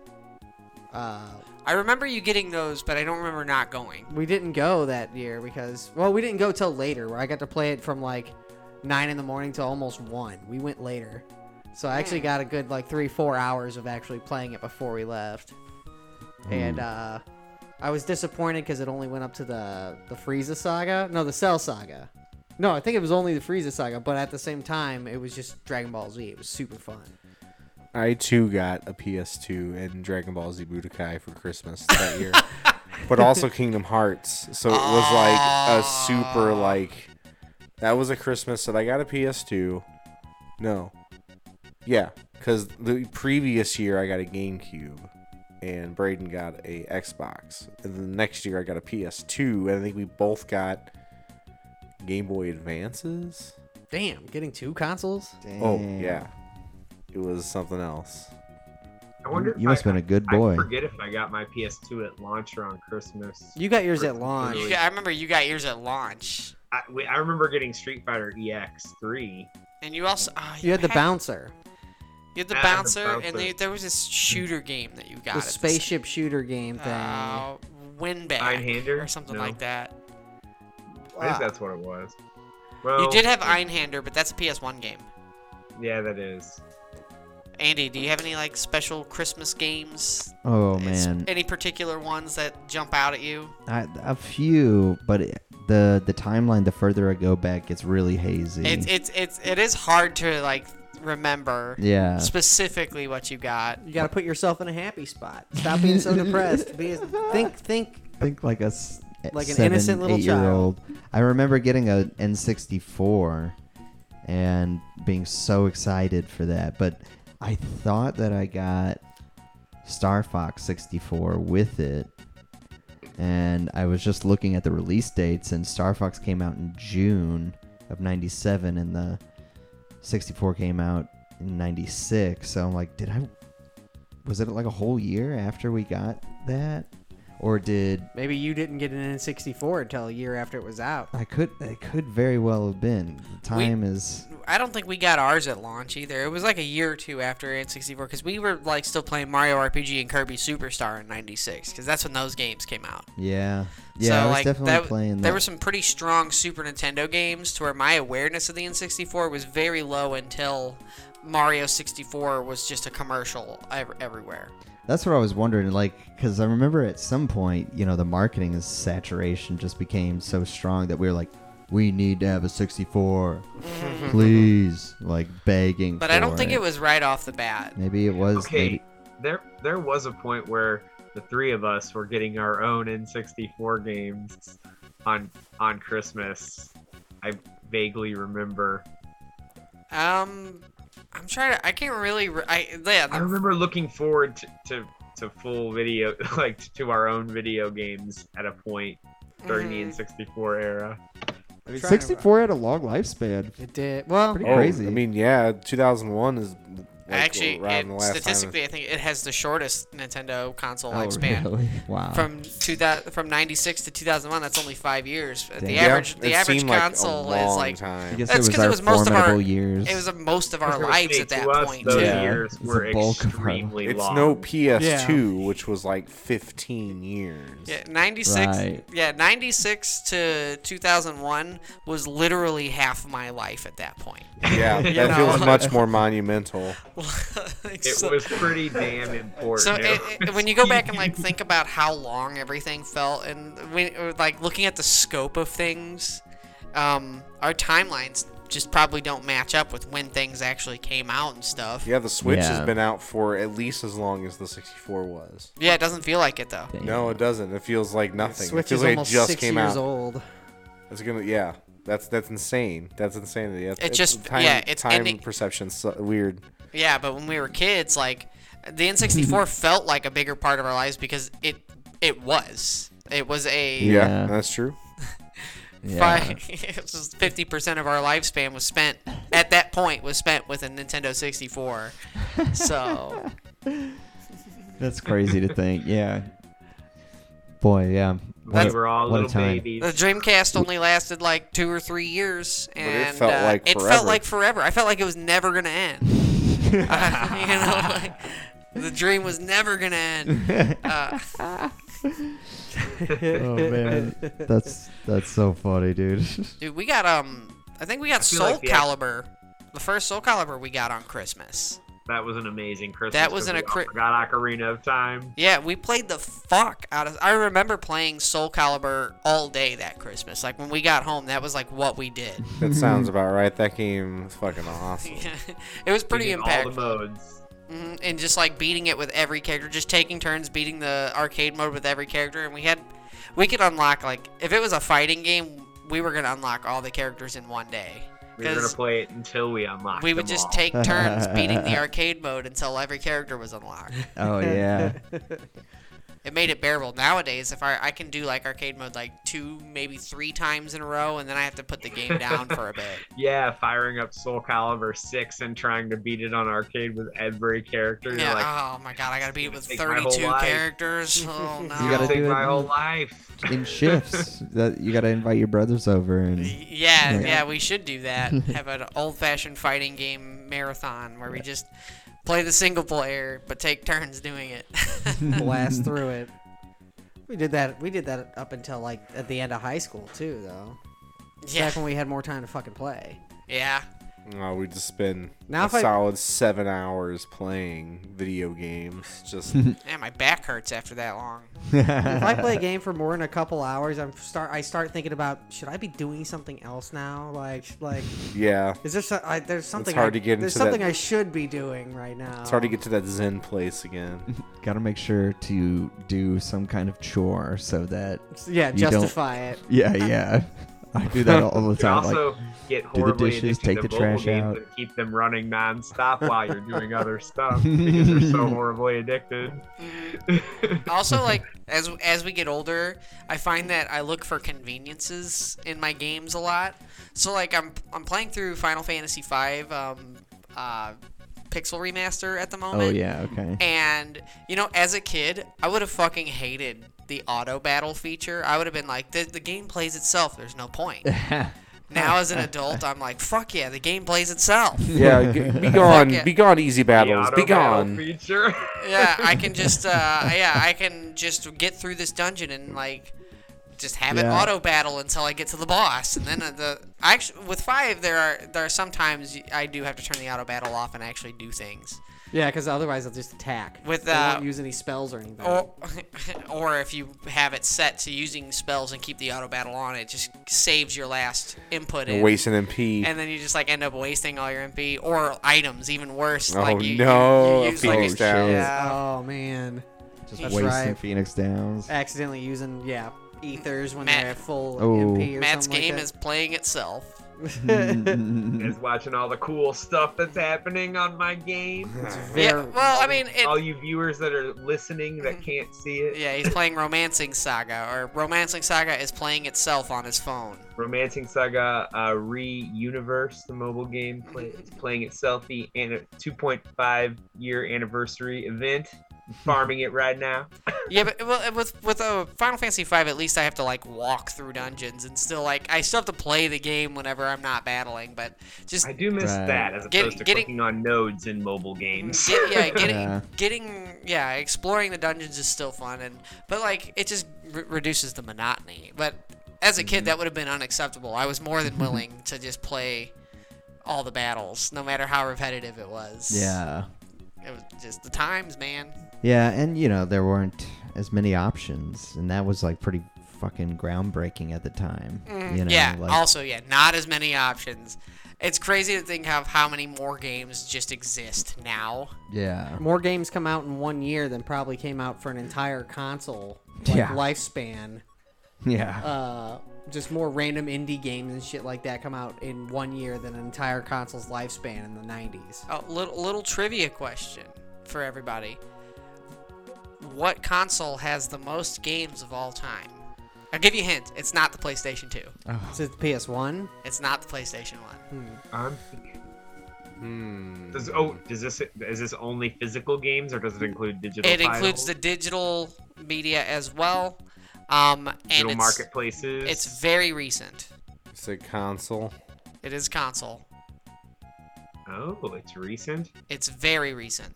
Uh, I remember you getting those, but I don't remember not going. we didn't go that year because, well, we didn't go till later, where I got to play it from like nine in the morning to almost one. We went later, so I actually got a good like three, four hours of actually playing it before we left. And uh, I was disappointed because it only went up to the the Frieza saga. No, the Cell saga. No, I think it was only the Frieza saga, but at the same time, it was just Dragon Ball Z. It was super fun. I too got a PS2 and Dragon Ball Z Budokai for Christmas that year, but also Kingdom Hearts. So it was like a super like That was a Christmas that I got a PS2. No. Yeah, because the previous year I got a GameCube, and Braden got a Xbox. And then the next year I got a PS2, and I think we both got Game Boy Advances. Damn, getting two consoles? Oh Damn. yeah, it was something else. I wonder. if You must I- have been a good I boy. forget if I got my PS2 at launch or on Christmas. You got yours at launch. You got, I remember you got yours at launch, I, we- I remember getting Street Fighter E EX3. and you also oh, You had the bouncer, you had the I had the bouncer, and bouncer. they, there was this shooter game that you got. the at spaceship shooter game thing. uh, Winback Einhander? or something No. like that. Ah. I think that's what it was. Well, you did have Einhander, but that's a PS1 game. Yeah, that is. Andy, do you have any like special Christmas games? Oh Is- man, Any particular ones that jump out at you? I, a few, but it, the the timeline the further I go back gets really hazy. It's it's it's it is hard to like remember yeah, specifically what you got. you got to put yourself in a happy spot. Stop being so depressed. Be think, think. think like a s- Like an seven, innocent little eight-year-old. I remember getting a N64 and being so excited for that, but I thought that I got Star Fox 64 with it. And I was just looking at the release dates and Star Fox came out in June of 97 and the 64 came out in 96. So I'm like, did I was it like a whole year after we got that? Or did Maybe you didn't get an N64 until a year after it was out. I could it could very well have been. The time is I don't think we got ours at launch either. It was like a year or two after N64 because we were like still playing Mario RPG and Kirby Superstar in '96 because that's when those games came out. yeah. Yeah, I so was like definitely that, playing there that. were some pretty strong Super Nintendo games to where my awareness of the N64 was very low until Mario 64 was just a commercial ev- everywhere. That's what I was wondering like cuz I remember at some point, you know, the marketing is saturation just became so strong that we were like we need to have a 64. Please, like begging. But I don't for think it was right off the bat. Maybe it was Okay, maybe- there there was a point where the three of us were getting our own N64 games on on Christmas. I vaguely remember. Um, I'm trying to. I can't really. Re- I yeah. I The, remember looking forward to, to, to full video, like to our own video games at a point during Mm-hmm. the N64 era. I'm trying to- 64 had a long lifespan. It did. Well, Pretty Oh, crazy. I mean, yeah, 2001 is like, actually, around the it, last time. statistically, I think it has the shortest Nintendo console Oh, lifespan. really? Wow. From two thousand, from ninety six to two thousand one, that's only five years. The Damn. average, Yeah, the it average seemed like a console is long like I time. guess it That's was 'cause it our was most of our- formidable years. it was most of I our was gonna lives say, at that to us, point. Those Yeah. years It's the were bulk of our- extremely It's long. no PS2, which was like 15 years. Yeah, 96. Right. Yeah, 96 to 2001 was literally half my life at that point. Yeah, that know? feels much more monumental. Like, It so- was pretty damn important. so It it, it- when you go back and like think about how long everything felt and when, or, like looking at the scope of things um, our timelines just probably don't match up with when things actually came out and stuff Yeah, the Switch Yeah. has been out for at least as long as the 64 was. yeah it doesn't feel like it though No, it doesn't. It feels like nothing. Switch it feels is like almost it just six came years out. old. It's gonna, yeah. That's that's insane. That's insanity. That's, It it's just- time, yeah, it's- time and it- perception so, weird. Yeah, but when we were kids, like the N64 felt like a bigger part of our lives because it it was. It was a Yeah, Yeah. that's true. fi- it was fifty percent of our lifespan was spent at that point was spent with a Nintendo 64. So That's crazy to think. Yeah. Boy, yeah. we were all what a little time. babies. the Dreamcast only lasted like two or three years, it and felt uh, like it felt forever. like forever. I felt like it was never gonna end. Uh, you know, like, the dream was never gonna end. Uh, Oh man, that's that's so funny, dude. Dude, we got um, I think we got feel Soul like the- Calibur, the first Soul Calibur we got on Christmas. That was an amazing Christmas. That was 'cause an we accri- all forgot Ocarina of Time. Yeah, we played the fuck out of. I remember playing Soul Calibur all day that Christmas. Like when we got home, that was like what we did. That sounds about right. That game is fucking awesome. it was pretty in All the impactful. modes. Mhm, And just like beating it with every character, just taking turns beating the arcade mode with every character, and we had, we could unlock like if it was a fighting game, we were gonna unlock all the characters in one day. We were gonna 'Cause play it until we unlock. we would them just all. take turns beating the arcade mode until every character was unlocked. Oh yeah. It made it bearable. Nowadays, if I I can do like arcade mode like two, maybe three times in a row, and then I have to put the game down for a bit. Yeah, firing up Soul Calibur six and trying to beat it on arcade with every character. You're Yeah. like, oh my god, I gotta beat it with take my whole 32 life. characters. Oh no. You gotta gotta take do it my whole in- life. In shifts, that you gotta invite your brothers over and Yeah, yeah, Yeah. we should do that. Have an old fashioned fighting game marathon where we just play the single player but take turns doing it. blast through it. We did that. We did that up until like at the end of high school too, though. yeah. Back when we had more time to fucking play. Yeah. Oh, we just spend Now a if I- solid seven hours playing video games. Just Man, my back hurts after that long. If I play a game for more than a couple hours, I'm start. I start thinking about should I be doing something else now? Like, like yeah, is there so, I, there's something hard I, to get there's into that- something I should be doing right now. it's hard to get to that Zen place again. gotta make sure to do some kind of chore so that Yeah, You don't- justify it. yeah yeah. I do that all the You time. also like, get horribly dishes, addicted take to the mobile trash games out. and keep them running nonstop while you're doing other stuff because you're so horribly addicted. Also, like as as we get older, I find that I look for conveniences in my games a lot. So like I'm I'm playing through Final Fantasy V um, uh, Pixel Remaster at the moment. oh yeah, okay. And you know, as a kid, I would have fucking hated the auto battle feature. I would have been like, the, the game plays itself. There's no point. now as an adult, I'm like, fuck yeah, the game plays itself. Yeah, g- be gone, it. be gone, easy battles, the be auto battle gone. feature. yeah, I can just, uh, yeah, I can just get through this dungeon and like. Just have it Yeah. auto battle until I get to the boss, and then uh, the actually with five there are there are sometimes I do have to turn the auto battle off and actually do things. Yeah, because otherwise they'll just attack. With, they uh, oh, won't use any spells or anything. Or, or if you have it set to using spells and keep the auto battle on, it just saves your last input in. Waste an MP. and then you just like end up wasting all your MP or items, even worse. Oh, like you, you- no, you a use like Phoenix a, Down. yeah. oh man, Just That's wasting right. Phoenix Downs. accidentally using yeah ethers when Matt- they're at full Oh. MP or Matt's something game like is playing itself. Is watching all the cool stuff that's happening on my game. is Yeah, well, I mean, it, all you viewers that are listening that can't see it, Mm-hmm. yeah, he's playing Romancing Saga, or Romancing Saga is playing itself on his phone. Romancing Saga uh, Re-Universe, the mobile game, play, Mm-hmm. it's playing itself the an- 2.5 year anniversary event. Farming it right now. Yeah, but well, with with uh, Final Fantasy V, at least I have to like walk through dungeons and still like I still have to play the game whenever I'm not battling. But just I do miss Right. that as opposed Get- to getting- Mm-hmm. clicking on nodes in mobile games. Get- yeah, getting Yeah. getting yeah, exploring the dungeons is still fun, and but like it just re- reduces the monotony. But as a Mm-hmm. kid, that would have been unacceptable. I was more than willing to just play all the battles, no matter how repetitive it was. Yeah. it was just the times, man. Yeah, and you know, there weren't as many options and that was like pretty fucking groundbreaking at the time. You know, Mm, yeah. like, also, yeah, not as many options. It's crazy to think of how many more games just exist now. yeah. more games come out in one year than probably came out for an entire console like, Yeah. lifespan. Yeah. Uh, just more random indie games and shit like that come out in one year than an entire console's lifespan in the 90s. A Oh, little, little trivia question for everybody. What console has the most games of all time? I'll give you a hint. It's not the PlayStation 2. Oh. Is it the PS1? It's not the PlayStation 1. I'm thinking- Does oh does this is this only physical games or does it include digital? It includes titles, the digital media as well. Um, and digital it's, marketplaces. it's very recent. It's a console. It is console. oh, it's recent. It's very recent.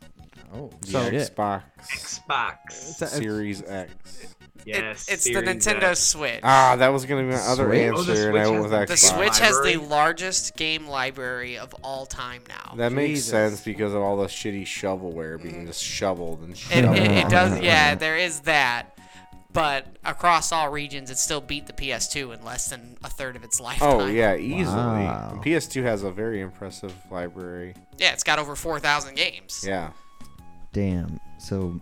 oh, So Xbox Xbox. Series X. It- Yes, it's the Series Nintendo X. Switch. Ah, that was gonna be my other Switch. Oh, the answer, and I Switch went has with the- Xbox. The Switch has the Library? largest game library of all time now. That makes Jesus. sense because of all the shitty shovelware being just shoveled and It, shoveled. it, it does, yeah, there is that. But across all regions, it still beat the PS2 in less than a third of its lifetime. Oh yeah, easily. Wow. And PS2 has a very impressive library. Yeah, it's got over 4,000 games. Yeah, damn. So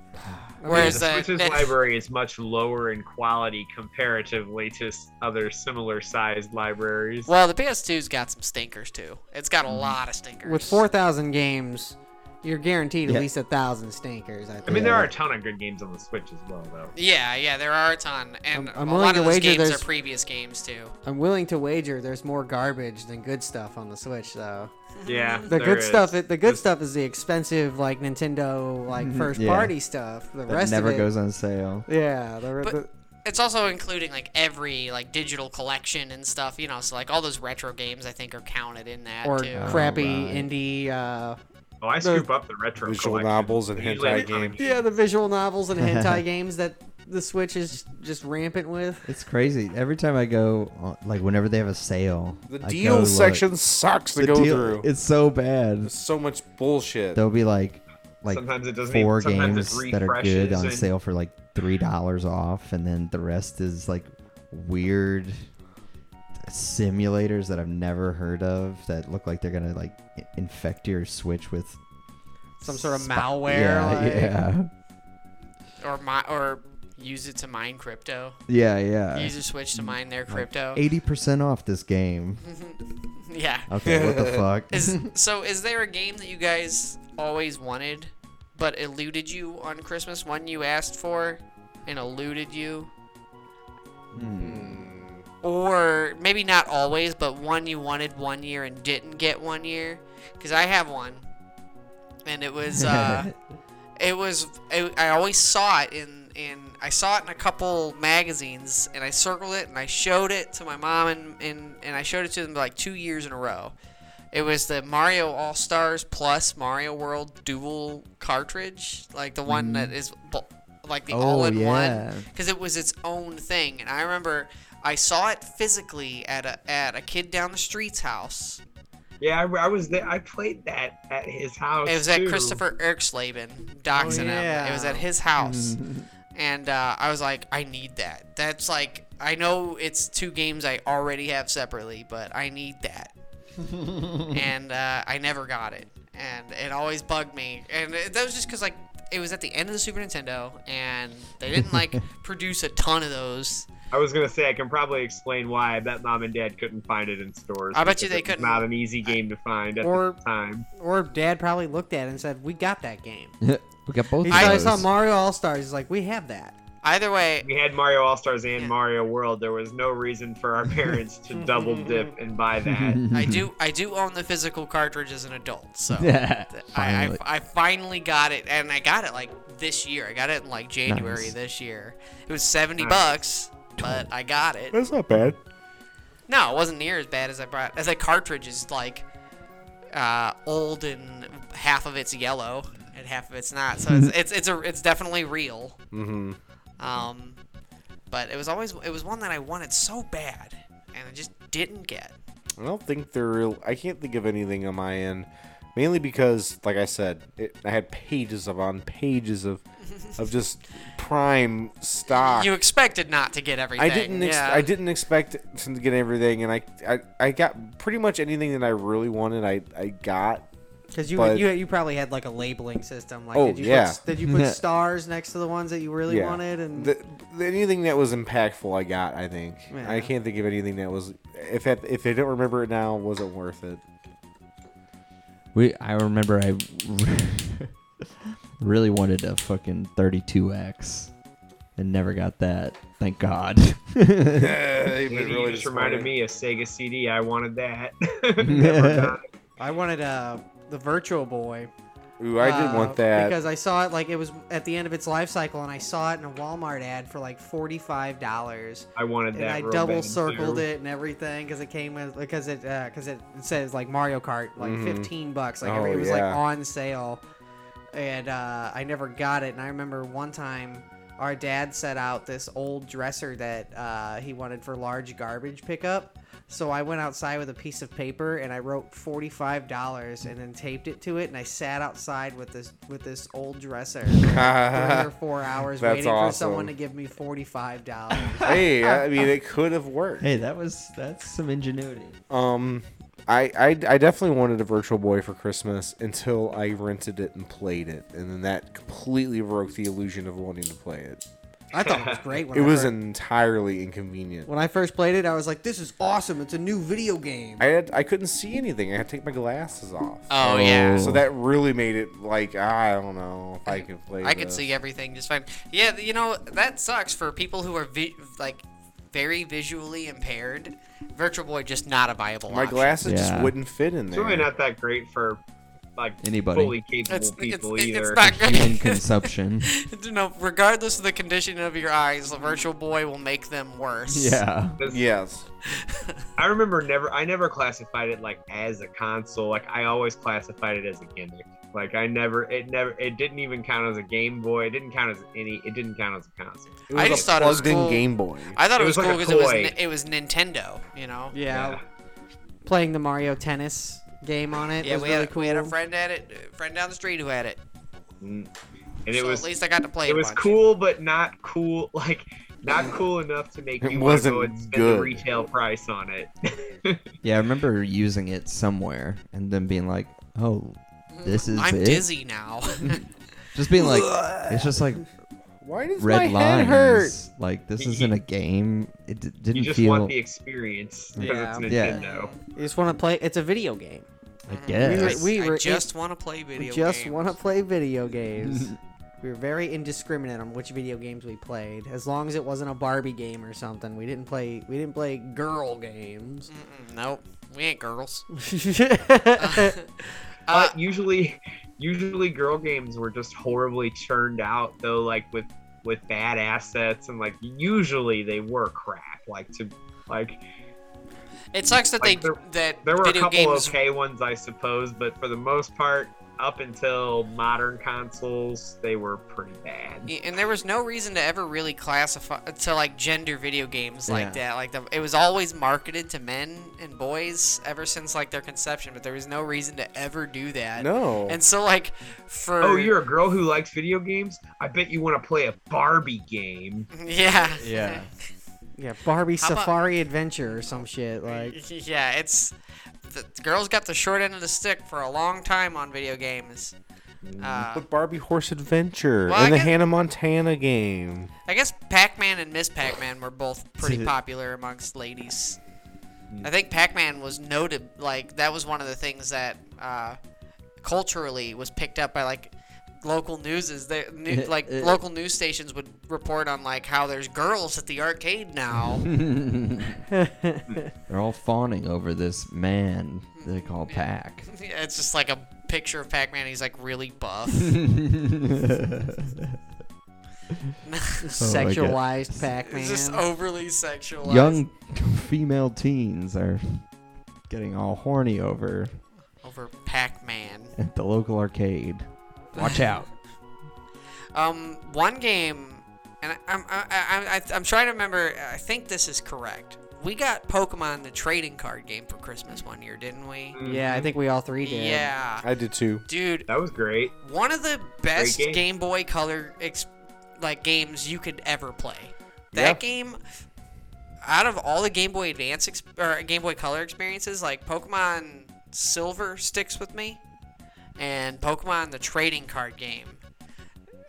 Whereas the Switch's library is much lower in quality comparatively to s- other similar sized libraries. well, the PS2's got some stinkers too. It's got a lot of stinkers. Mm. With 4,000 games, you're guaranteed Yeah. at least a 1,000 stinkers. I think. I mean, there are a ton of good games on the Switch as well, though. Yeah, yeah, there are a ton, and I'm- I'm a willing lot to of those wager games there's- are previous games too. I'm willing to wager there's more garbage than good stuff on the Switch, though. Mm-hmm. Yeah, The there good is. stuff, the good stuff is the expensive, like Nintendo, like first party stuff. The that rest never of it, goes on sale. Yeah, the, the, But it's also including like every like digital collection and stuff, you know. So like all those retro games, I think, are counted in that or too. crappy Alright. indie. Uh, Oh, I scoop up the retro Visual collection. novels and Usually hentai a ton of games. yeah, the visual novels and hentai games that the Switch is just rampant with. It's crazy. Every time I go, on- like whenever they have a sale, The I go deal look. section sucks to The go deal- through. It's so bad. There's so much bullshit. There'll be like, like Sometimes it doesn't even- four sometimes it games that are good refreshes on and- sale for like three dollars off, and then the rest is like weird simulators that I've never heard of that look like they're gonna like i- infect your Switch with Some sort of spy- malware. Yeah, like- yeah, or my or use it to mine crypto. yeah, Uh, yeah. Use your Switch mm, to mine their crypto. Eighty percent off this game. Yeah. Okay, what the fuck? Is so is there a game that you guys always wanted but eluded you on Christmas? One you asked for and eluded you? Or maybe not always, but one you wanted one year and didn't get one year? Because I have one, and it was uh, it was I I always saw it in in I saw it in a couple magazines and I circled it and I showed it to my mom and and, and I showed it to them like two years in a row. It was the Mario All Stars plus Mario World dual cartridge, like the one that is bu- like the Mm-hmm. Oh, all in yeah. one, because it was its own thing. And I remember I saw it physically at a at a kid down the street's house. Yeah, I, I was there. I played that at his house. It was at too. Christopher Erksleben, doxing him. yeah. It was at his house, and uh, I was like, I need that. That's like, I know it's two games I already have separately, but I need that. and uh, I never got it, and it always bugged me. And it, that was just because like it was at the end of the Super Nintendo, and they didn't like produce a ton of those. I was gonna say I can probably explain why I bet mom and dad couldn't find it in stores. I bet because you they it was couldn't. Not an easy game to find at Or- the time. Or Dad probably looked at it and said, "We got that game." we got both. He of saw, he those. saw Mario All Stars. He's like, "We have that." Either way, We had Mario All Stars and Yeah. Mario World. There was no reason for our parents to double dip and buy that. I do I do own the physical cartridge as an adult, so Mm-hmm. Yeah, I, I, finally. I finally got it, and I got it like this year. I got it in like January Nice. this year. It was seventy bucks, but I got it. That's not bad. No, it wasn't near as bad as I brought. As that cartridge is like uh, old and half of it's yellow and half of it's not, so it's it's it's, a, it's definitely real. Mm-hmm. Um, but it was always it was one that I wanted so bad, and I just didn't get. I don't think there. real- I can't think of anything on my end, mainly because, like I said, it, I had pages of on pages of of just prime stock. You expected not to get everything. Ah. I didn't. Ex- yeah. I didn't expect to get everything, and I, I I got pretty much anything that I really wanted. I I got. Because you, But- you you probably had like a labeling system. Like, Oh, did you yeah. Put, did you put stars next to the ones that you really yeah. wanted? And The- the- anything that was impactful, I got. I think. Yeah. I can't think of anything that was. If I, if I don't remember it now, wasn't worth it. We, I remember I really wanted a fucking 32X and never got that. Thank God. it It really just reminded me of Sega CD. I wanted that. Never got it. I wanted uh the Virtual Boy. Ooh, I did uh, want that. because I saw it like it was at the end of its life cycle, and I saw it in a Walmart ad for like forty five dollars. I wanted And that. I real double bad, circled too. it and everything because it came with because it because it, it says like Mario Kart like fifteen bucks like Oh, every, it was like yeah. on sale, and uh, I never got it. And I remember one time our dad set out this old dresser that uh, he wanted for large garbage pickup. So I went outside with a piece of paper and I wrote forty five dollars and then taped it to it and I sat outside with this with this old dresser for three or four hours That's waiting for someone awesome. to give me forty five dollars. hey, I mean, it could have worked. hey, that was that's some ingenuity. Um, I, I I definitely wanted a Virtual Boy for Christmas until I rented it and played it, and then that completely broke the illusion of wanting to play it. I thought it was great. When It I was first, entirely inconvenient. when I first played it, I was like, "This is awesome! It's a new video game." I had I couldn't see anything. I had to take my glasses off. Oh, yeah. So that really made it like I don't know if I could play. I could this. see everything just fine. Yeah, you know that sucks for people who are vi- like very visually impaired. Virtual Boy just not a viable my option. glasses just Yeah. wouldn't fit in It's there. really not that great for like Anybody. fully capable It's, it's, people it's either. not Human good. consumption. you know, regardless of the condition of your eyes, the Virtual Boy will make them worse. yeah. Yes. I remember never I never classified it like as a console. Like I always classified it as a gimmick. Like I never it never it didn't even count as a Game Boy. It didn't count as any it didn't count as a console. It I was just a thought it was plugged-in cool. Game Boy. I thought it It was, was like cool a because it was toy. Ni- it was Nintendo. You know. Yeah, Yeah. playing the Mario Tennis game on it Yeah, was we, really had, cool. we had a friend at it, a friend down the street who had it. And it so was at least I got to play it was bunch. cool but not cool like not cool enough to make It you wanna wasn't go and spend good. the retail price on it. Yeah, I remember using it somewhere and then being like, oh, this is I'm it. dizzy now. Just being like, it's just like Why does red my head lines. hurt? Like this You- isn't a game. It d- didn't you just feel. want the experience because it's Yeah. Yeah. Nintendo. You just want to play. It's a video game. I guess. we I were- just want to play video We just games. want to play video games. we were very indiscriminate on which video games we played, as long as it wasn't a Barbie game or something. We didn't play. We didn't play girl games. Mm, Nope, we ain't girls. Uh, usually, usually girl games were just horribly churned out though, like with with bad assets and like usually they were crap. Like to like It sucks that Like, they there- that there were a video couple games. okay ones, I suppose, but for the most part, up until modern consoles, they were pretty bad. Yeah, And there was no reason to ever really classify to like gender video games like Yeah. that. Like the, it was always marketed to men and boys ever since like their conception, but there was no reason to ever do that. No. And so like for Oh, you're a girl who likes video games? I bet you want to play a Barbie game. yeah Yeah. yeah, Barbie How about- Safari Adventure or some shit like. yeah it's the girls got the short end of the stick for a long time on video games. Uh, the Barbie Horse Adventure Well, I and the guess- Hannah Montana game. I guess Pac-Man and Miss Pac-Man were both pretty popular amongst ladies. I think Pac-Man was noted like that was one of the things that uh, culturally was picked up by like local news is that new, like local news stations would report on like how there's girls at the arcade now. They're all fawning over this man they call Pack. Mm-hmm. Yeah, it's just like a picture of Pac-Man. He's like really buff. Oh, Sexualized Pac-Man. He's just oh, overly sexualized. Young female teens are getting all horny over over Pac-Man. at the local arcade. Watch out. Um, one game, and I- I'm I, I, I, I'm trying to remember. I think this is correct. We got Pokemon the trading card game for Christmas one year, didn't we? yeah, I think we all three did. mm-hmm. Yeah, I did too. dude, That was great. one of the best game. Game Boy Color ex- like games you could ever play. That Yeah. game, out of all the Game Boy Advance ex- or Game Boy Color experiences, like Pokemon Silver sticks with me, and Pokemon the trading card game.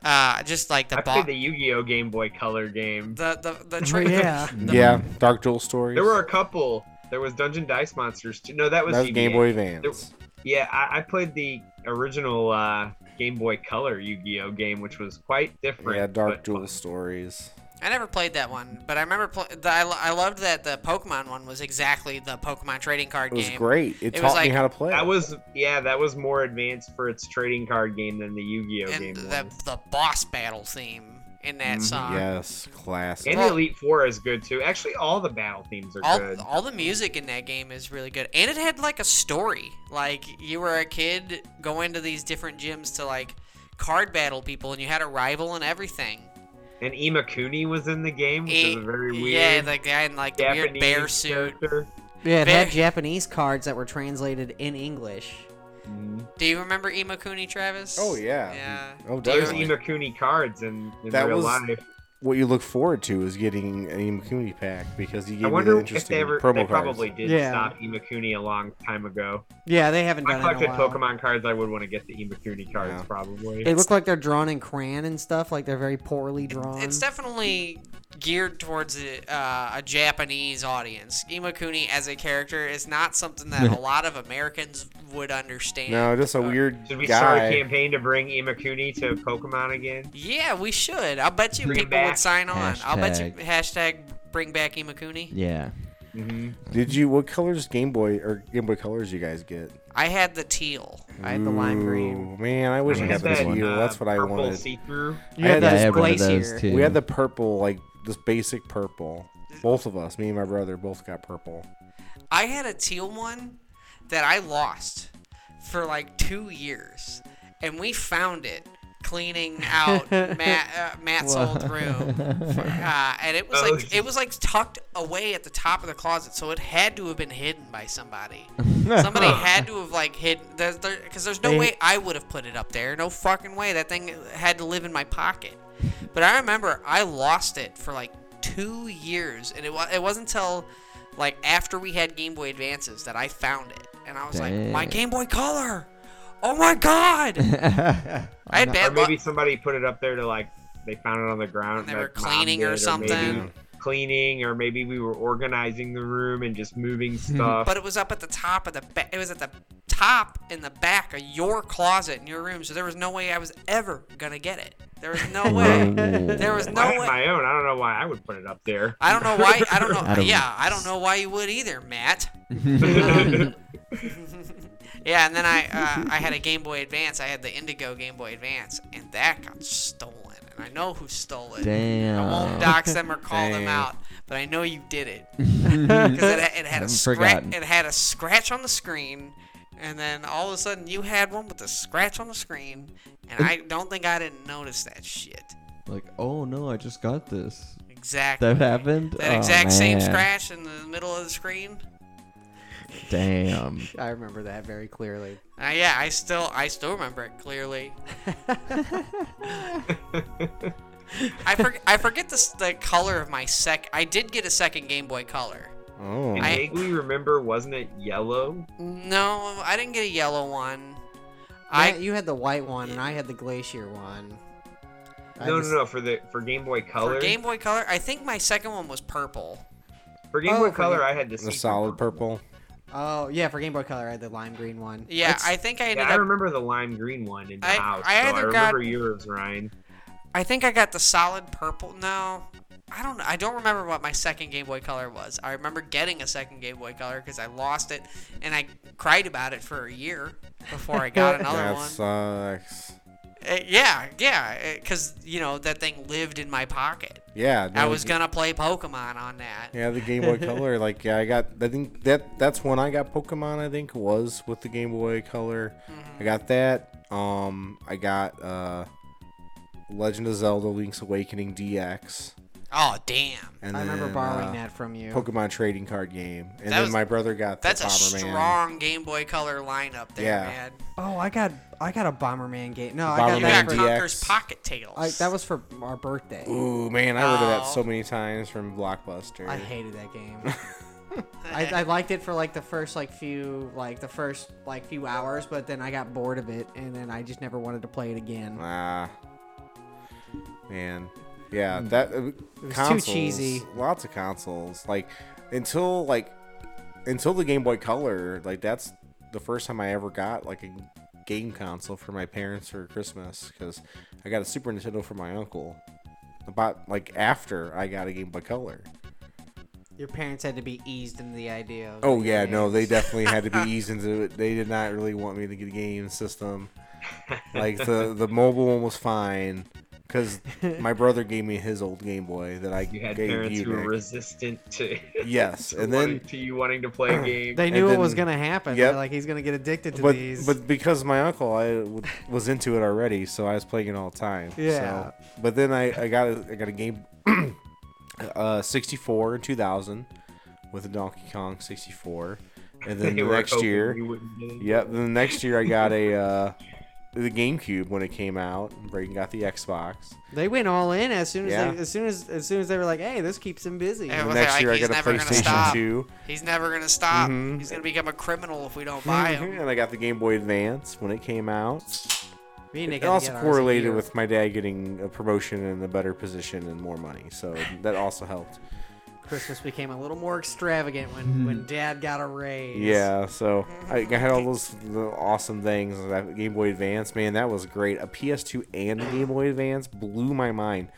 Uh, just like the I box. played the Yu-Gi-Oh Game Boy Color game. The the the Oh, tra- yeah. Yeah, Dark Duel stories. There were a couple. There was Dungeon Dice Monsters. Too. No, that was, that was GBA. Game Boy Advance. Yeah, I, I played the original uh, Game Boy Color Yu-Gi-Oh game, which was quite different. Yeah, Dark but Duel fun. stories. I never played that one, but I remember pl- the, I, lo- I loved that the Pokemon one was exactly the Pokemon trading card It was game. great. It, It was taught like- me how to play. That was yeah, that was more advanced for its trading card game than the Yu-Gi-Oh And game the was. the boss battle theme in that song. yes, classic. And the Elite Four is good too. Actually, all the battle themes are All, good. all the music in that game is really good and it had like a story like you were a kid going to these different gyms to like card battle people and you had a rival and everything And Imakuni was in the game, which is a It- very weird yeah the guy in like the Japanese weird bear suit character. Yeah, it had Very- Japanese cards that were translated in English. Mm-hmm. do you remember Imakuni Travis Oh, yeah. yeah Oh, Do you- There's definitely. Imakuni cards in, in That real was- life. what you look forward to is getting an Immunity pack because you I get me the wonder if interesting they ever. promo They cards. probably did Yeah. stop Imakuni a long time ago. Yeah, they haven't I done it in collected a while. Pokemon cards. I would want to get the Imakuni cards Yeah. probably. They look like they're drawn in crayon and stuff. Like they're very poorly drawn. It's definitely geared towards a, uh, a Japanese audience. Imakuni as a character is not something that a lot of Americans would understand. No, just a weird Uh, Should we start a guy. campaign to bring Imakuni to Pokemon again? Yeah, we should. I'll bet you Bring it people would back. sign on. I'll bet you Hashtag. hashtag bring back Imakuni. Yeah. Mm-hmm. Did you? What colors Game Boy or Game Boy colors you guys get? I had the teal. I had the lime green. Ooh, Man, I wish I had this uh, year. That's what I wanted. See through. You I had had- Yeah, this I had one of glacier. those too. We had the purple, like just basic purple. Both of us, me and my brother, both got purple. I had a teal one that I lost for like two years, and we found it cleaning out Matt, uh, Matt's old room, for- uh, and it was Oh, like it was like tucked away at the top of the closet, so it had to have been hidden by somebody. somebody had to have like hidden because there's, no They- way I would have put it up there. No fucking way. That thing had to live in my pocket. But I remember I lost it for like two years, and it wa- it wasn't until like after we had Game Boy Advances that I found it, and I was like, my Dang. Game Boy Color. Oh my God! I had Or bad luck. maybe somebody put it up there to like they found it on the ground. And they were like, mom cleaning did, or maybe something. Cleaning, or maybe we were organizing the room and just moving stuff. but it was up at the top of the ba- it was at the top in the back of your closet in your room so there was no way i was ever gonna get it there was no way there was no I had way my own. I don't know why I would put it up there. i don't know why i don't know Adam. yeah i don't know why you would either matt yeah and then i uh, i had a game boy advance i had the indigo game boy advance and that got stolen and i know who stole it Damn. i won't dox them or call them Dang. out but i know you did it because it, it had a Haven't scratch. forgotten. It had a scratch on the screen, and then all of a sudden you had one with a scratch on the screen, and I don't think I didn't notice that shit. like, oh no, I just got this. Exactly. That happened. That Oh, exact same man. scratch in the middle of the screen. Damn. I remember that very clearly. Uh, yeah, I still I still remember it clearly. I forget I forget the s- the color of my sec. I did get a second Game Boy Color. Oh, I I- vaguely remember, wasn't it yellow? No, I didn't get a yellow one. I, I you had the white one, and I had the glacier one. I No, just- no, no. For the for Game Boy Color. for Game Boy Color, I think my second one was purple. For Game Oh, Boy for Color, Game- I had the the secret solid purple. purple. Oh yeah, for Game Boy Color, I had the lime green one. Yeah, It's- I think I ended Yeah, I up. remember the lime green one in the I- house. I so either remember got- yours, Ryan. I think I got the solid purple. No, I don't. I don't remember what my second Game Boy Color was. I remember getting a second Game Boy Color because I lost it and I cried about it for a year before I got another That one. sucks. Uh, yeah, yeah, because you know that thing lived in my pocket. Yeah, I no, was gonna play Pokemon on that. Yeah, the Game Boy Color. Like, yeah, I got. I think that that's when I got Pokemon. I think was with the Game Boy Color. Mm-hmm. I got that. Um, I got uh, Legend of Zelda: Link's Awakening DX. Oh damn, And I remember then, borrowing uh, that from you. Pokemon trading card game, and That then was- my brother got the that's a Bomberman. strong Game Boy Color lineup there, Yeah. man. oh, I got I got a Bomberman game. No, I You Bomberman got that got for, DX. Conker's Pocket Tails. I, that was for our birthday. Ooh man, I ordered that Oh. so many times from Blockbuster. I hated that game. I, I liked it for like the first like few like the first like few hours, but then I got bored of it, and then I just never wanted to play it again. Ah, man, yeah, that uh, Hmm. was too consoles, cheesy. Lots of consoles, like until like until the Game Boy Color. Like that's the first time I ever got like a game console for my parents for Christmas because I got a Super Nintendo for my uncle. About like after I got a Game Boy Color. Your parents had to be eased into the idea. Of Oh the yeah, no, they games. definitely had to be eased into it. They did not really want me to get a game system. Like the the mobile one was fine because my brother gave me his old Game Boy that I You had gave parents you. who were Nick. resistant to. Yes, to and wanting- then to you wanting to play a game. They And knew it was then- gonna happen. Yep. They're like he's gonna get addicted to but these. but because my uncle I w- was into it already, so I was playing it all the time. so- Yeah. but then I I got a, I got a game, uh, sixty four in two thousand, with a Donkey Kong sixty four, and then They the were next hoping year. you wouldn't get it. Yep. Then the next year I got a uh, the GameCube when it came out. and Brayden got the Xbox. They went all in as soon as Yeah. they, as soon as as soon as they were like, "Hey, this keeps him busy." Yeah, And well, next like, year I he's got a never gonna PlayStation stop. Two, He's never gonna stop. Mhm. He's gonna become a criminal if we don't Mm-hmm. buy him. and I got the Game Boy Advance when it came out. Me and Nick It had to also get ours in correlated here. with my dad getting a promotion and a better position and more money, so that also helped. Christmas became a little more extravagant when when Dad got a raise. Yeah, so I, Mm-hmm. I had all those little awesome things. That Game Boy Advance, man, that was great. A PS2 and a Game Boy Advance blew my mind.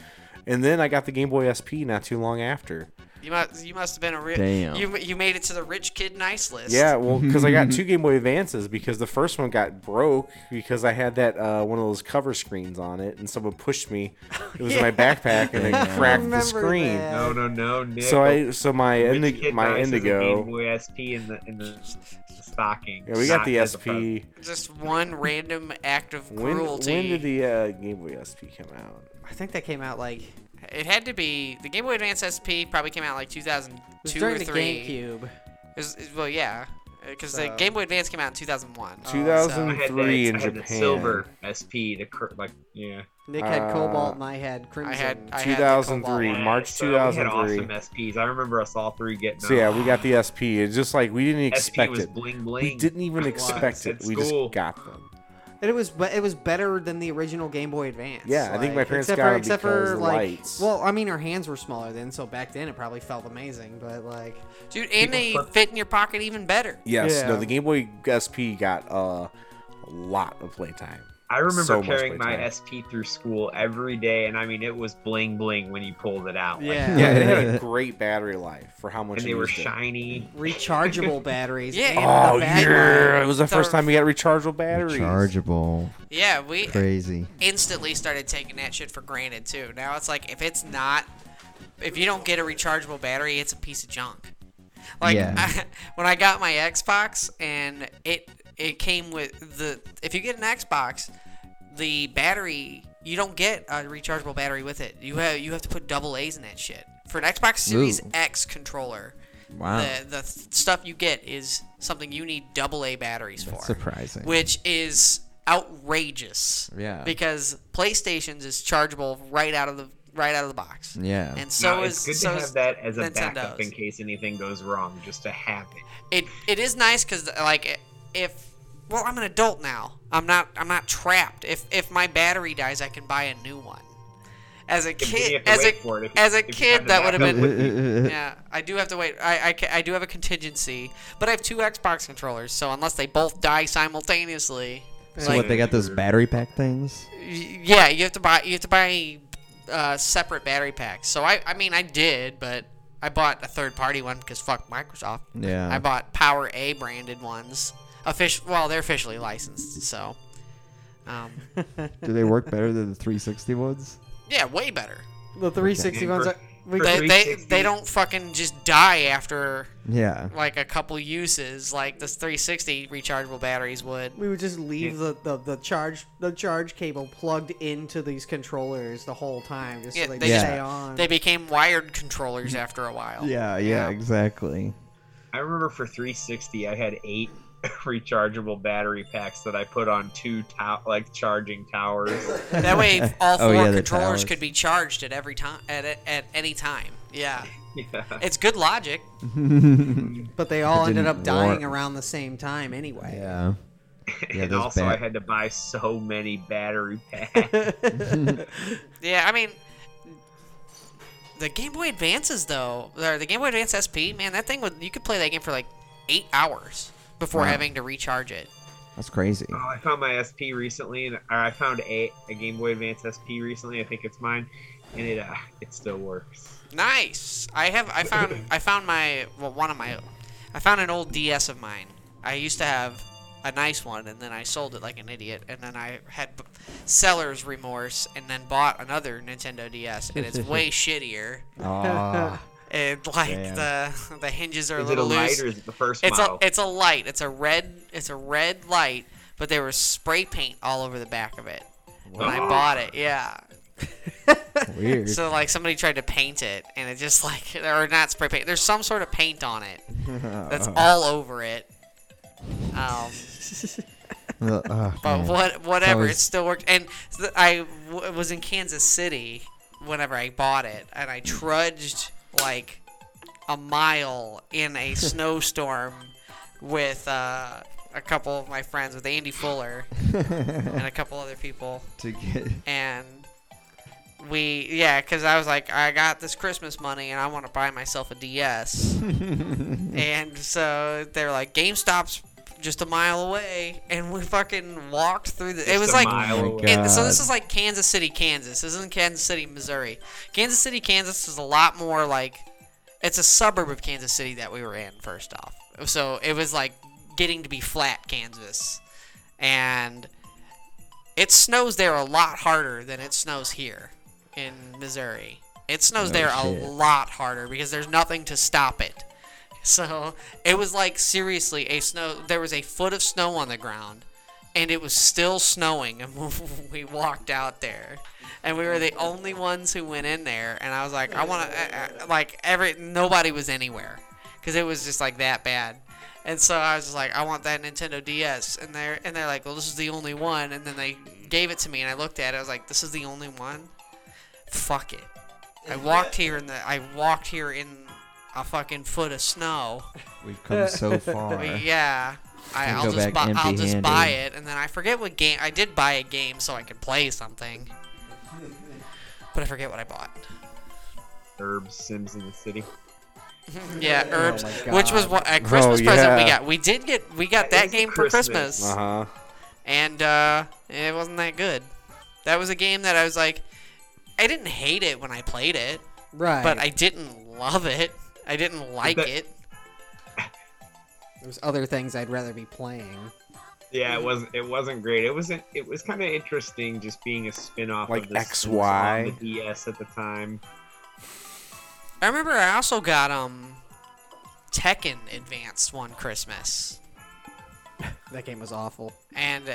And then I got the Game Boy SP not too long after. You must you must have been a rich. Damn. You you made it to the rich kid nice list. Yeah, well, because I got two Game Boy Advances because the first one got broke because I had that uh, one of those cover screens on it, and someone pushed me. It was in my backpack, and it Yeah. cracked the Remember screen. that. No, no, no, Nick. So I, so my Rich indi- kid my nice is a Game indigo. Boy SP in the in the stocking. Yeah, we got not the as a present. SP. Just one random act of When, cruelty. when did the uh, Game Boy SP come out? I think that came out like it It had to be the Game Boy Advance SP. Probably came out like was 2002 or during the three. GameCube. It was- it- well, yeah, because the So- Game Boy Advance came out in 2001. Two I Oh, thousand had three the, in I had Japan. the silver SP, the cur- like yeah. Nick had Uh, Cobalt and I had Crimson. I had I Two had the thousand Cobalt three, one. March So two we had thousand awesome three. SPs. I remember us all three getting. So yeah, we got the SP. It's just like we didn't them. SP expect was it. bling We bling. didn't even It was expect it. at We school. just got them. And it was but it was better than the original Game Boy Advance. Yeah, I think my parents except got for, it except because for of the like lights. well, I mean our hands were smaller then, so back then it probably felt amazing, but like Dude, and they put- fit in your pocket even better. Yes, no, Yeah. the Game Boy SP got uh, a lot of playtime. I remember so much carrying my playtime. SP through school every day, and I mean it was bling bling when you pulled it out. Like, yeah, Yeah, it had a great battery life for how much and you they were used it. shiny. rechargeable batteries. Yeah. and Oh the back light. yeah, it was the The- first time we got rechargeable batteries. Rechargeable. Yeah, we Crazy. instantly started taking that shit for granted too. Now it's like if it's not, if you don't get a rechargeable battery, it's a piece of junk. Like Yeah. I, when I got my Xbox and it it came with the if you get an Xbox, the battery you don't get a rechargeable battery with it. You have you have to put double A's in that shit for an Xbox Series Ooh. X controller. Wow. The the stuff you get is something you need double A batteries for Surprising. which is outrageous. Yeah. Because PlayStation's is chargeable right out of the right out of the box. Yeah. And so No, is it's good so to is have that as a backup Nintendo's. in case anything goes wrong, just to have it. It it is nice because like if well I'm an adult now. I'm not I'm not trapped. If if my battery dies, I can buy a new one. As a then you kid, have to as a wait for it if you- as a if you have kid, the that would have backup been with you. yeah, I do have to wait. I, I, ca- I do have a contingency, but I have two Xbox controllers, so unless they both die simultaneously, so what? They got those battery pack things. Y- yeah, you have to buy you have to buy uh, separate battery packs. So I I mean I did, but I bought a third party one because fuck Microsoft. Yeah. I bought Power A branded ones. Official, well, they're officially licensed, so um, Do they work better than the 360 ones? yeah, way better. The 360 And ones for- are, we for got- They, they 360. they don't fucking just die after Yeah. like a couple uses like this 360 rechargeable batteries would. we would just leave the, the, the charge the charge cable plugged into these controllers the whole time just Yeah, so they, they just- stay Yeah. on. They became wired controllers after a while. Yeah. Yeah. Exactly. I remember for 360, I had eight rechargeable battery packs that I put on two to- like charging towers. That way, all Oh, four yeah, the controllers towers. could be charged at every time at at any time. Yeah, yeah. it's good logic. but they all ended didn't up dying work. around the same time anyway. Yeah. Yeah. and those also, I bat- had to buy so many battery packs. Yeah, I mean, the Game Boy Advances though, or the Game Boy Advance SP, man, that thing would you could play that game for like eight hours before having to recharge it. That's crazy. oh, I found my SP recently, and or I found a, a Game Boy Advance SP recently. I think it's mine, and it uh, it still works. Nice. I have. I found. I found my. Well, one of my. I found an old DS of mine. I used to have a nice one, and then I sold it like an idiot, and then I had b- seller's remorse, and then bought another Nintendo DS, and it's way shittier. Ah. And like Damn. the the hinges are a Is it a little light loose. or is it the first It's a model? it's a light. It's a red. It's a red light, but there was spray paint all over the back of it when I Wow. bought it. Yeah. Weird. So like somebody tried to paint it, and it just like or not spray paint. There's some sort of paint on it that's all over it. Um, Uh, oh, But man. what, whatever, always- it still worked. And th- I w- was in Kansas City whenever I bought it, and I trudged like a mile in a snowstorm with uh, a couple of my friends, with Andy Fuller and a couple other people, to get and we, yeah, because I was like, I got this Christmas money, and I want to buy myself a DS. And so they're like, GameStop's just a mile away, and we fucking walked through the. it Just was a like, mile Oh my away. God. and so this is like Kansas City, Kansas. This isn't Kansas City, Missouri. Kansas City, Kansas is a lot more like, it's a suburb of Kansas City that we were in. First off, so it was like getting to be flat Kansas, and it snows there a lot harder than it snows here in Missouri. It snows there shit. a lot harder because there's nothing to stop it. So it was like seriously a snow. There was a foot of snow on the ground, and it was still snowing. And we walked out there, and we were the only ones who went in there. And I was like, I want to, like every nobody was anywhere, because it was just like that bad. And so I was just like, I want that Nintendo DS, and they're and they're like, well, this is the only one. And then they gave it to me, and I looked at it. I was like, this is the only one. Fuck it. I walked here in the I walked here in a fucking foot of snow. we've come so far. But yeah. I, You I'll go back just buy, I'll just empty-handed. buy it and then I forget what game I did buy a game so I could play something. But I forget what I bought. Herb Sims in the city. Yeah, herbs, my which was what, a Christmas Oh, present we yeah. got. We did get we That got that is game Christmas. for Christmas, Uh huh. and uh, it wasn't that good. That was a game that I was like, I didn't hate it when I played it, Right. but I didn't love it. I didn't like But- it. There's other things I'd rather be playing. Yeah, it wasn't. It wasn't great. It wasn't. It was kind of interesting, just being a spin-off Like of the Sims XY. on the DS at the time. I remember I also got um Tekken Advanced one Christmas, That game was awful. and uh,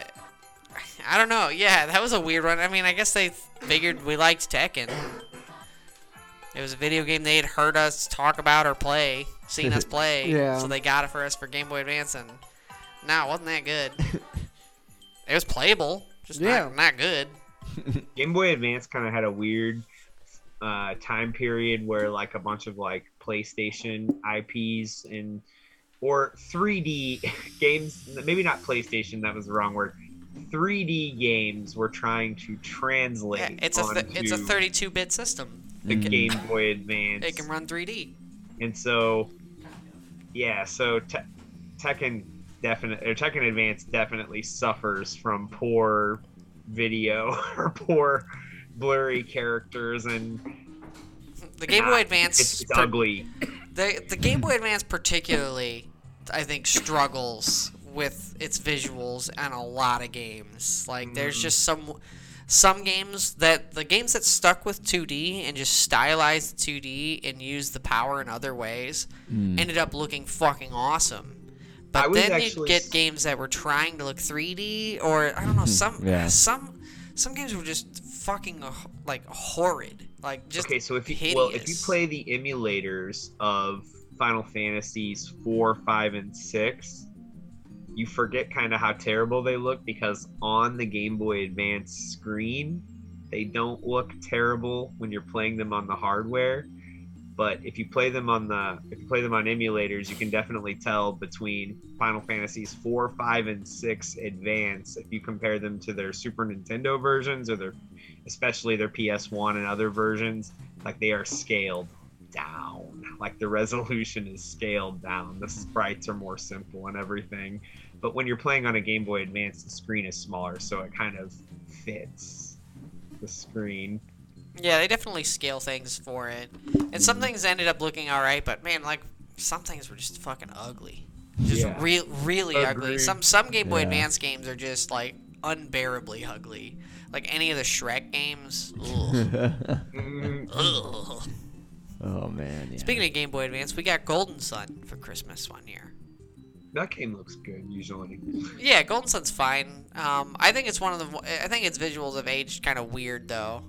I don't know. Yeah, that was a weird one. I mean, I guess they figured we liked Tekken. It was a video game they had heard us talk about or play, seen us play. Yeah. So they got it for us for Game Boy Advance, and nah, it wasn't that good. it was playable, just Yeah. not, not good. Game Boy Advance kind of had a weird uh, time period where like a bunch of like PlayStation IPs and or 3D games, maybe not PlayStation, that was the wrong word. 3D games were trying to Yeah, translate Eh, it's a th- it's a onto 32-bit system. the Game Boy Advance. It can run 3D. And so, yeah, so Te- Tekken definite or Tekken Advance definitely suffers from poor video or poor blurry characters and The Game Boy not- Advance It's, it's per- ugly. The the Game Boy Advance particularly, I think, struggles with its visuals and a lot of games. Like there's just some some games that the games that stuck with 2D and just stylized 2D and used the power in other ways ended up looking fucking awesome. I But was then you actually get s- games that were trying to look 3D or I don't know some Yeah. some some games were just fucking uh, like horrid. Like just Okay, so if you hideous. well, if you play the emulators of Final Fantasies 4, 5 and 6, you forget kind of how terrible they look because on the Game Boy Advance screen, they don't look terrible when you're playing them on the hardware. But if you play them on the if you play them on emulators, you can definitely tell between Final Fantasies 4, 5 and 6 Advance if you compare them to their Super Nintendo versions or their especially their PS1 and other versions, like they are scaled down. Like the resolution is scaled down. The sprites are more simple and everything. But when you're playing on a Game Boy Advance, the screen is smaller, so it kind of fits the screen. Yeah, they definitely scale things for it. And some things ended up looking alright, but man, like some things were just fucking ugly. Just Yeah. real really ugly. Agreed. Some some Game Boy Yeah. Advance games are just like unbearably ugly. Like any of the Shrek games. Ugh. Mm, Ugh. oh man. Yeah. Speaking of Game Boy Advance, we got Golden Sun for Christmas one year. that game looks good usually. Yeah, Golden Sun's fine. Um, I think it's one of the. I think its visuals have aged kind of weird though.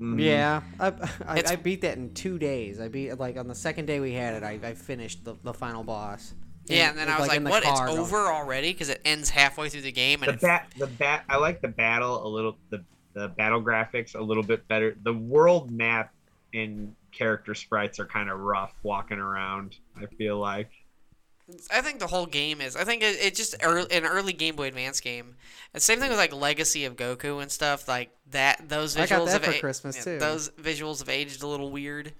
Mm. Yeah, I, I, It's- I beat that in two days. I beat like on the second day we had it. I, I finished the, the final boss. Yeah, and then I was like, in the "What? It's car going- over already?" Because it ends halfway through the game, and the it's, bat the bat i like the battle a little the, the battle graphics a little bit better the world map and character sprites are kind of rough walking around i feel like I think the whole game is. I think it, it just early, an early Game Boy Advance game. And same thing with like Legacy of Goku and stuff like that. Those visuals I got that have for a- Christmas, yeah, too. Those visuals have aged a little weird.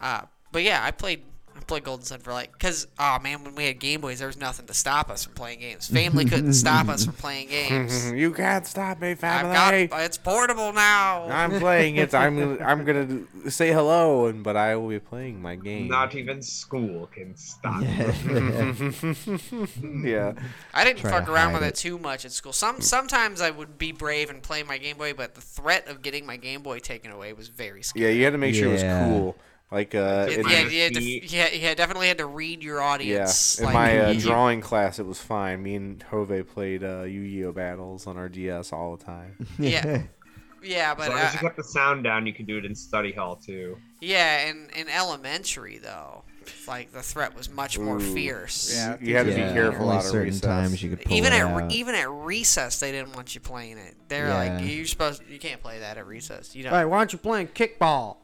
Uh, but yeah, I played I played Golden Sun for like because oh man, when we had Game Boys, there was nothing to stop us from playing games. Family couldn't stop us from playing games. you can't stop me, I've family. got it's portable now. I'm playing it. I'm I'm gonna say hello, and but I will be playing my game. not even school can stop Yeah. yeah. I didn't Try fuck to around with hide it. too much at school. Some sometimes I would be brave and play my Game Boy, but the threat of getting my Game Boy taken away was very scary. Yeah, you had to make sure Yeah. it was cool. Like uh, Yeah, in, yeah, you had to, feet. yeah, yeah, definitely had to read your yeah, audience. in like, my uh, you- drawing class, it was fine. Me and Hove played uh, Yu-Gi-Oh battles on our DS all the time. yeah, yeah, as but long as you uh, kept the sound down you could do it in study hall too yeah, in, in elementary though, it's like the threat was much more Ooh. fierce. Yeah. You had to Yeah, be careful Only out of certain recess. times you could pull Even it at re- out. even at recess, they didn't want you playing it. They're Yeah. like, you're supposed, you can't play that at recess. You know. Hey, why aren't you playing kickball?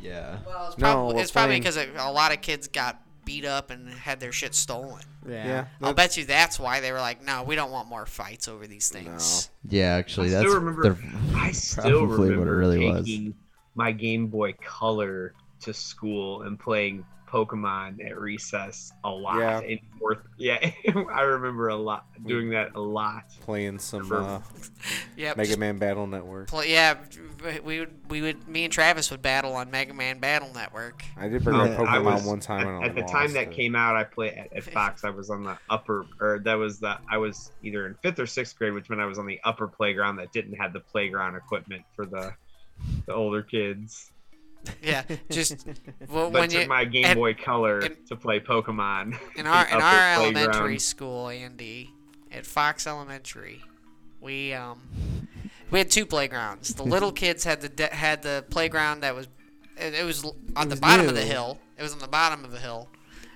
yeah. Well, it's No, probably, we're it's probably playing- because a, a lot of kids got beat up and had their shit stolen. yeah, I'll bet you that's why they were like, no, we don't want more fights over these things. Yeah, actually, I that's still remember. the- I still probably what it remember really was. taking my Game Boy Color to school and playing Pokemon at recess a lot. Yeah. in fourth. Yeah, I remember a lot doing that a lot. playing some For- uh, Yep. Mega just Man Battle Network. Play, yeah, we would, we would, me and Travis would battle on Mega Man Battle Network. I did bring up Um, I Pokemon was- one time at, and I at the lost time that it. came out. I played at, at Fox. I was on the upper, or that was the I was either in fifth or sixth grade, which meant I was on the upper playground that didn't have the playground equipment for the the older kids. Yeah, just well, But when took you my Game and- Boy Color and- to play Pokemon in our up in our at playground. elementary school, Andy, at Fox Elementary, we um we had two playgrounds. The little kids had the de- had the playground that was it, it was l- on the was bottom of the new. hill. It was on the bottom of a hill,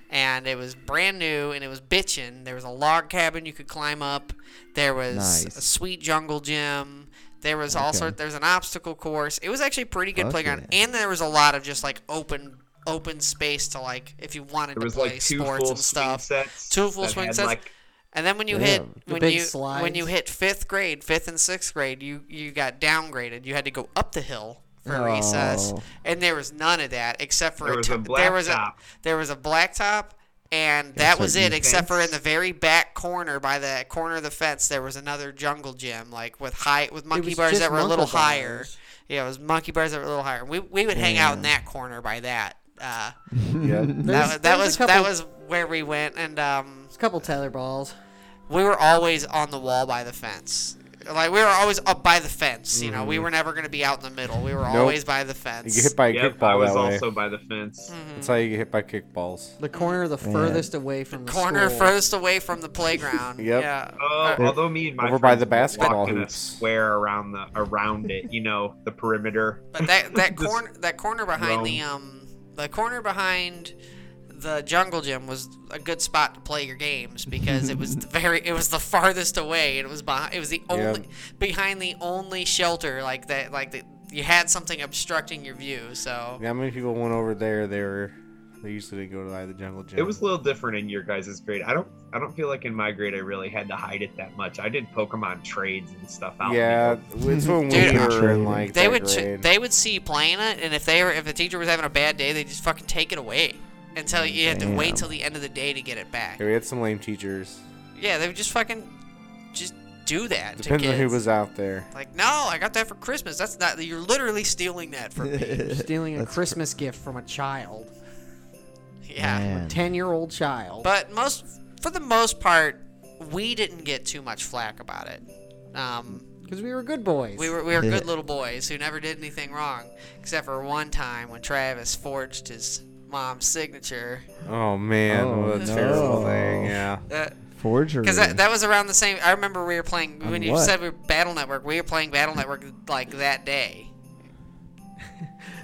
and it was brand new and it was bitchin'. There was a log cabin you could climb up. There was Nice. a sweet jungle gym. There was all Okay. sort. There was an obstacle course. It was actually a pretty good Fuck playground, yeah. and there was a lot of just like open open space to like if you wanted There to was play like two sports full and stuff. swing sets. Two full that swing had, sets. Like, And then when you Yeah. hit The when big you when slides. you hit fifth grade, fifth and sixth grade, you you got downgraded. You had to go up the hill for recess, Oh. and there was none of that except for There was a tu- there was a blacktop. there was a blacktop, and that so was you it. Except for in fenced? the very back corner by the corner of the fence, there was another jungle gym like with high with monkey was bars just that were a monkey little higher. bars. Yeah, it was monkey bars that were a little higher. We we would hang out in that corner by that. Uh, Yeah. that There's- wa- that there's a was that couple- was where we went and um. It's a couple tether balls. we were always on the wall by the fence. Like we were always up by the fence. You know, we Mm-hmm. were never gonna be out in the middle. We were always by the You fence. get hit by a yep, kickball I was that way. also by the fence. Mm. That's how you get hit by kickballs. The corner the furthest away from the Corner school. furthest away from the playground. Yep. Yeah. Oh, although me and my Over by friends the would basketball walk in a hoops. square around the around it, you know, the perimeter. But that that Just corner that corner behind the um the corner behind the jungle gym was a good spot to play your games because it was the very it was the farthest away and it was behind it was the only behind the only shelter like that like the, you had something obstructing your view so Yeah, how many people went over there? They were they usually didn't go to either jungle gym. It was a little different in your guys' grade. I don't I don't feel like in my grade I really had to hide it that much. I did Pokemon trades and stuff out. in the yeah, open. it's when we Dude, were in like they third would ch- grade. they would see you playing it, and if they were if the teacher was having a bad day, they just fucking take it away until you have to wait Damn. till the end of the day to get it back. Yeah, we had some lame teachers. Yeah, they would just fucking just do that. to Depends on who kids. was out there. Like, no, I got that for Christmas. That's not. You're literally stealing that from me. Stealing a That's cr- Christmas gift from a child. yeah. Man. Ten year old child. But most, for the most part, we didn't get too much flack about it. Um, Because we were good boys. We were we were good little boys who never did anything wrong, except for one time when Travis forged his mom's signature. Oh man, Oh, what a no. terrible thing. Yeah. That Forgery. because Uh, that, that was around the same. I remember we were playing when you what? said we were Battle Network. We were playing Battle Network like that day,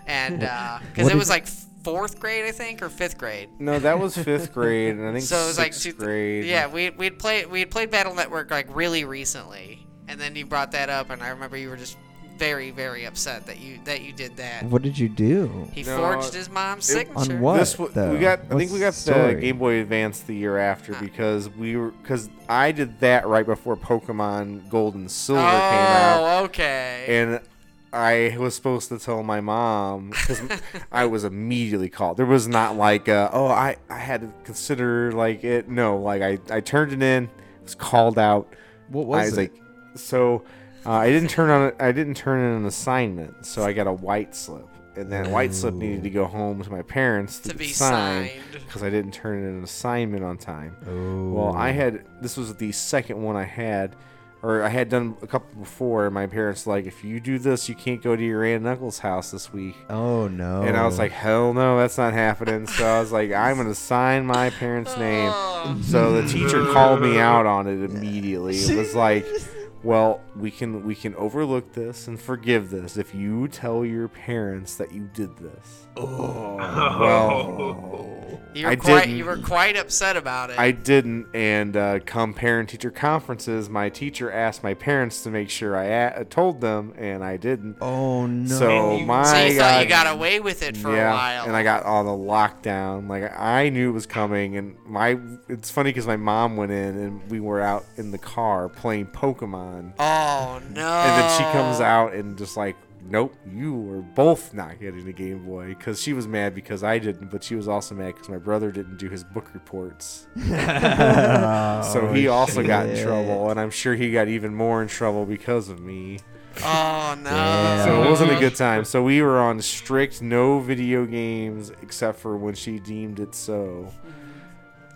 and because What it did- was like fourth grade, I think, or fifth grade. No, that was fifth grade, and I think So it was like sixth two, grade. Yeah, we we'd played we had played Battle Network like really recently, and then you brought that up, and I remember you were just very very upset that you that you did that. What did you do? He No, forged his mom's it- signature. On what? This w- though? we got. I What's think we got story? the Game Boy Advance the year after Ah. because we were because I did that right before Pokemon Gold and Silver came out. Oh, okay. and I was supposed to tell my mom because I was immediately called. There was not like, uh, oh, I, I had to consider like it. No, like I, I turned it in, was called out. What I was was it? like, so uh, I didn't turn on I didn't turn in an assignment, so I got a white slip, and then white slip needed to go home to my parents To get be signed. because I didn't turn in an assignment on time. Well, I had this was the second one I had, or I had done a couple before. And my parents were like, if you do this, you can't go to your aunt and uncle's house this week. oh no. And I was like, hell no, that's not happening. So I was like, I'm gonna sign my parents' name. Oh. So the teacher called me out on it immediately. It was like, well, we can we can overlook this and forgive this if you tell your parents that you did this. you were I quite didn't. you were quite upset about it. I didn't, and uh, come parent teacher conferences, my teacher asked my parents to make sure I a- uh, told them, and I didn't. oh no. So you- my so you thought God, you got away with it for yeah, a while. and I got on the lockdown. Like I knew it was coming, and my it's funny because my mom went in, and we were out in the car playing Pokemon, oh no. and then she comes out and just like. Nope, you were both not getting a Game Boy because she was mad because I didn't, but she was also mad because my brother didn't do his book reports. So he also got in shit. trouble, and I'm sure he got even more in trouble because of me. Oh no. Yeah. So it wasn't a good time. So we were on strict no video games except for when she deemed it so.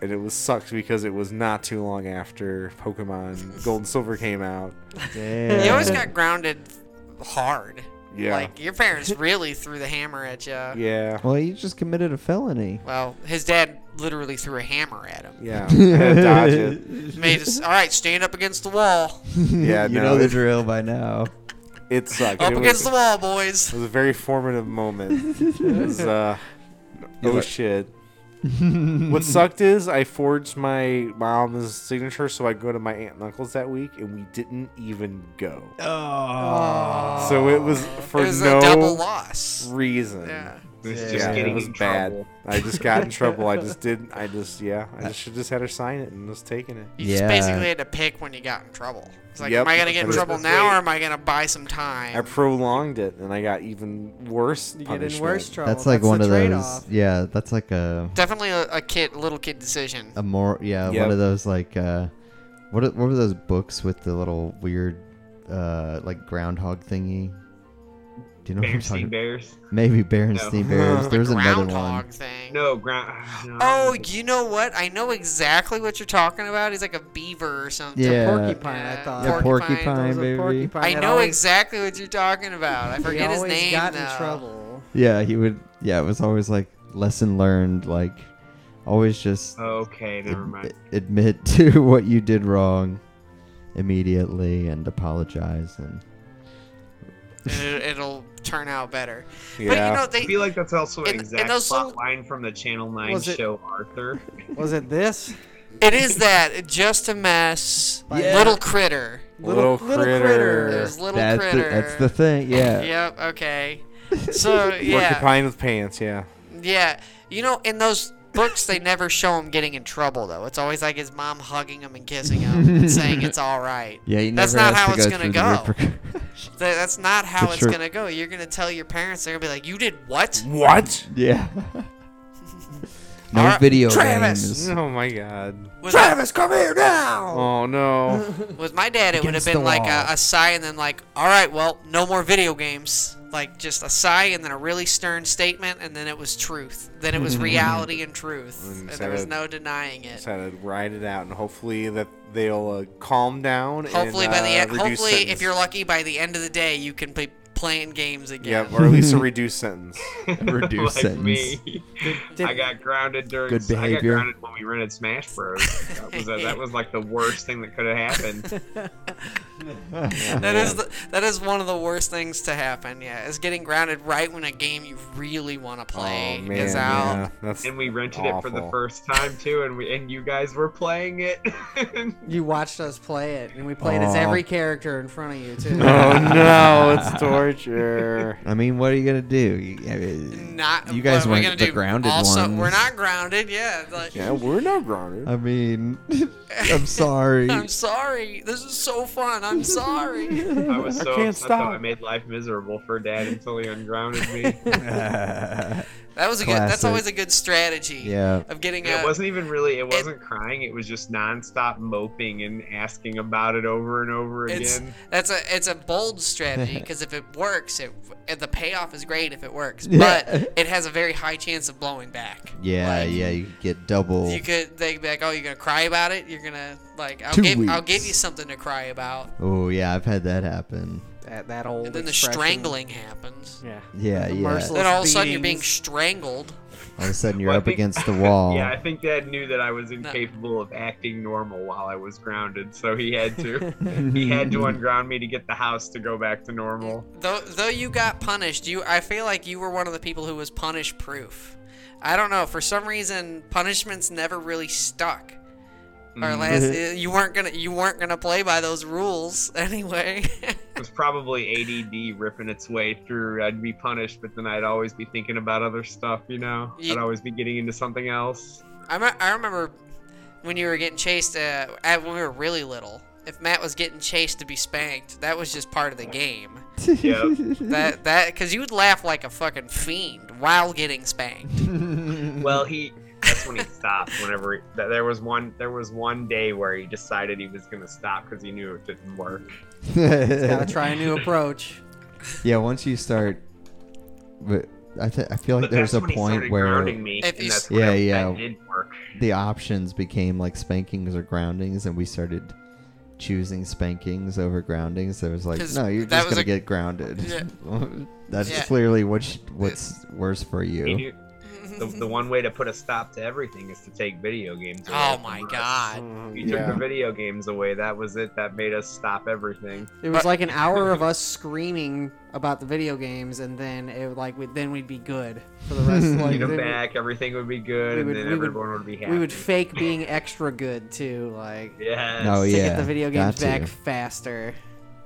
And it was sucked because it was not too long after Pokemon Gold and Silver came out. Damn. You always got grounded hard. Yeah. Like your parents really threw the hammer at you. yeah. Well, you just committed a felony. Well, his dad literally threw a hammer at him. Yeah. Had to dodge it. Made us all right. Stand up against the wall. Yeah, you no, know the it- drill by now. It sucked. Up it, against was, the wall, boys. it was a very formative moment. It was, uh, oh shit. what sucked is I forged my mom's signature so I go to my aunt and uncle's that week and we didn't even go. Oh. So it was It for was no a double loss. reason. Yeah. It's Yeah. just Yeah, getting it was in bad. trouble. I just got in trouble. I just didn't. I just yeah. I just should just had her sign it and just taken it. You just Yeah. basically had to pick when you got in trouble. It's like, Yep. am I gonna get in But- trouble now, or am I gonna buy some I time? prolonged it and I got even worse. You get punishment. in worse trouble. That's like one the of those. trade-off. Yeah, that's like a Definitely a, a kid, little kid decision. a more yeah Yep. one of those like uh, what are- what were those books with the little weird uh like groundhog thingy? Do you know what I'm talking? Bears, bears. Maybe Berenstain Bears. There was another Groundhog one. thing. No, ground. No. Oh, you know what? I know exactly what you're talking about. He's like a beaver or something. Yeah. porcupine, I thought. Yeah, There was porcupine, a baby. porcupine I that know always- exactly what you're talking about. I he forget his always name got though. in trouble. Yeah, he would. Yeah, it was always like lesson learned. Like always just Oh, Okay, never ad- mind. admit to what you did wrong immediately and apologize and It, it'll turn out better. Yeah. But I you know, feel like that's also an And- exact and those plot little- line from the Channel Nine Was it- show Arthur. Was it this they it is that just a mess. Yeah. Little critter. Little critter. There's little that's the, critter. that's the thing yeah Yep. Okay. So yeah, Porcupine with pants. Yeah. yeah. You know, in those books, they never show him getting in trouble though. It's always like his mom hugging him and kissing him, and saying it's all right. yeah he That's never not has how to it's go gonna through go. the repercussions. That, that's not how That's it's true. gonna go. You're gonna tell your parents. They're gonna be like, "You did what?" What? yeah no Alright, video Travis! games Oh my god. Was Travis, come here now. Oh no. With my dad, it would have Against been the like wall. a, a sigh and then like, all right, well, no more video games. Like just a sigh and then a really stern statement, and then it was truth. Then it was Mm-hmm. reality and Mm-hmm. truth, and there was sad. no denying it. Just had to ride it out, and hopefully that they'll uh, calm down. Hopefully and, by the uh, end, reduce hopefully sentence. if you're lucky, by the end of the day, you can be playing games again. Yep, or at least a reduced sentence. Reduce like sentence. me. Did- I got grounded during. Good I got behavior. grounded when we rented Smash Bros. That was, that was like the worst thing that could have happened. That is the, that is one of the worst things to happen. Yeah, is getting grounded right when a game you really want to play is out. Oh, yeah, that's And we rented it for the Awful. first time too, and we and you guys were playing it. You watched us play it, and we played as Aw. every character in front of you too. oh no, it's torture. I mean, what are you gonna do? You, I mean, Not you guys what are weren't we gonna the do? grounded also, ones. we're not grounded. Yeah, like Yeah, we're not grounded. I mean, I'm sorry. I'm sorry. This is so fun. I'm sorry. I was so can't upset though. stop. I made life miserable for Dad until he ungrounded me. That was a good. That's Classic. always a good strategy. Yeah. Of getting it a. wasn't even really. It wasn't crying. It was just nonstop moping and asking about it over and over It's again. that's a it's a bold strategy because if it works, it and the payoff is great if it works, Yeah. but it has a very high chance of blowing back. yeah, Like, yeah, you get double. You could they could be like, oh, you're gonna cry about it. You're gonna like, I'll Two give I'll give weeks. you something to cry about. oh yeah, I've had that happen. That, that old. And then the expression. strangling happens. Yeah. Yeah, The yeah. merciless- Then all of a sudden you're being beatings. strangled. All of a sudden, you're Well, I up think- against the wall. Yeah, I think Dad knew that I was incapable of acting normal while I was grounded, so he had to he had to unground me to get the house to go back to normal. Though though you got punished, you I feel like you were one of the people who was punish proof. I don't know. For some reason, punishments never really stuck. Or last, you weren't gonna you weren't gonna play by those rules anyway. It was probably ADD ripping its way through. I'd be punished, but then I'd always be thinking about other stuff, you know. Ye- I'd always be getting into something else. I, me- I remember when you were getting chased uh, at, when we were really little. If Matt was getting chased to be spanked, that was just part of the game. Yep. That that because you would laugh like a fucking fiend while getting spanked. Well, he that's when he stopped. Whenever he, th- there was one there was one day where he decided he was gonna stop because he knew it didn't work. Gotta try a new approach. yeah, once you start, but I, th- I feel like But there's a that's when he point started where grounding me, If and you s- that's when I- Yeah, that yeah. did work. the options became like spankings or groundings, and we started choosing spankings over groundings. There was like, 'Cause no, you're that just was gonna a- get grounded. That's Yeah. clearly what's what's worse for He you. knew- the, the one way to put a stop to everything is to take video games away. Oh from my us. god. Mm, You took the video games away. That was it. That made us stop everything. It was like an hour of us screaming about the video games, and then it would, like we'd, then we'd be good for the rest. of like Get 'em then we- back. Everything would be good, we and would- then we would- everyone would be happy. we would fake being extra good too, like Yes. No, to yeah. get the video got games to. back faster,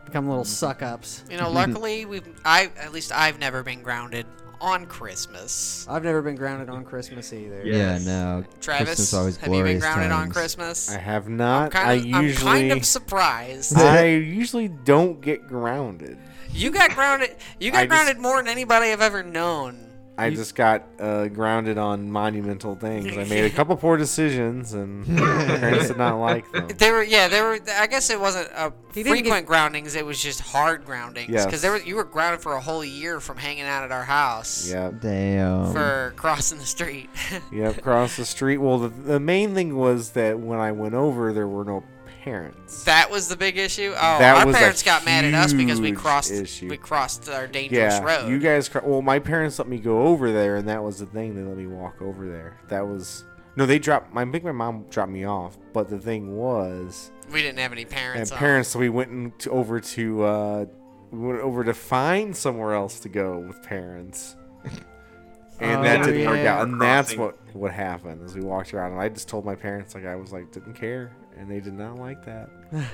become little suck ups. You Mm-hmm. know, luckily we've I at least I've never been grounded on Christmas. I've never been grounded on Christmas either. Yeah. Yes. Yeah, no. Travis, Christmas always have you been glorious grounded on times. Christmas? I have not. I Kind of, I'm usually kind of surprised. I usually don't get grounded. you got grounded. You got I just- grounded more than anybody I've ever known. I just got uh, grounded on monumental things. I made a couple poor decisions, and my parents did not like them. There were yeah, there were. I guess it wasn't a didn't frequent groundings. It was just hard groundings Yes. because there was you were grounded for a whole year from hanging out at our house Yeah, Oh, Damn. for crossing the street. yeah, across the street. Well, the, the main thing was that when I went over, there were no parents. that was the big issue. Oh, That our was a parents got mad at us because we huge crossed issue. we crossed our dangerous yeah, road. you guys. Cr- well, my parents let me go over there, and that was the thing. They let me walk over there. That was no. They dropped. My, I think my mom dropped me off. But the thing was, we didn't have any and parents. on. parents. So we went and to, over to uh, we went over to find somewhere else to go with parents, and Oh, that didn't work yeah. out. And that's Crossing. what what happened as we walked around. And I just told my parents like I was like didn't care, and they did not like that.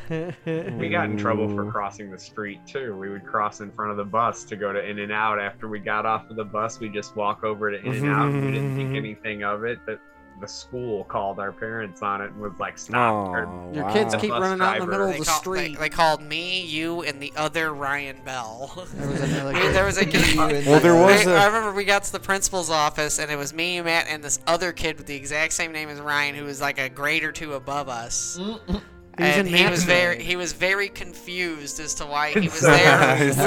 We got in trouble for crossing the street too. We would cross in front of the bus to go to In and Out. After we got off of the bus, we just walk over to In and Out. We didn't think anything of it. That the school called our parents on it and was like, "Stop!" or- Oh, Your kids wow. keep Bus running out in the driver. middle of They, the call- they- street. they called me, you, and the other Ryan Bell. there was another. We- there was a kid. Well, there was I a- remember we got to the principal's office, and it was me, Matt, and this other kid with the exact same name as Ryan, who was like a grade or two above us. He was and in he was Matterhorn. very he was very confused as to why he was So- there with,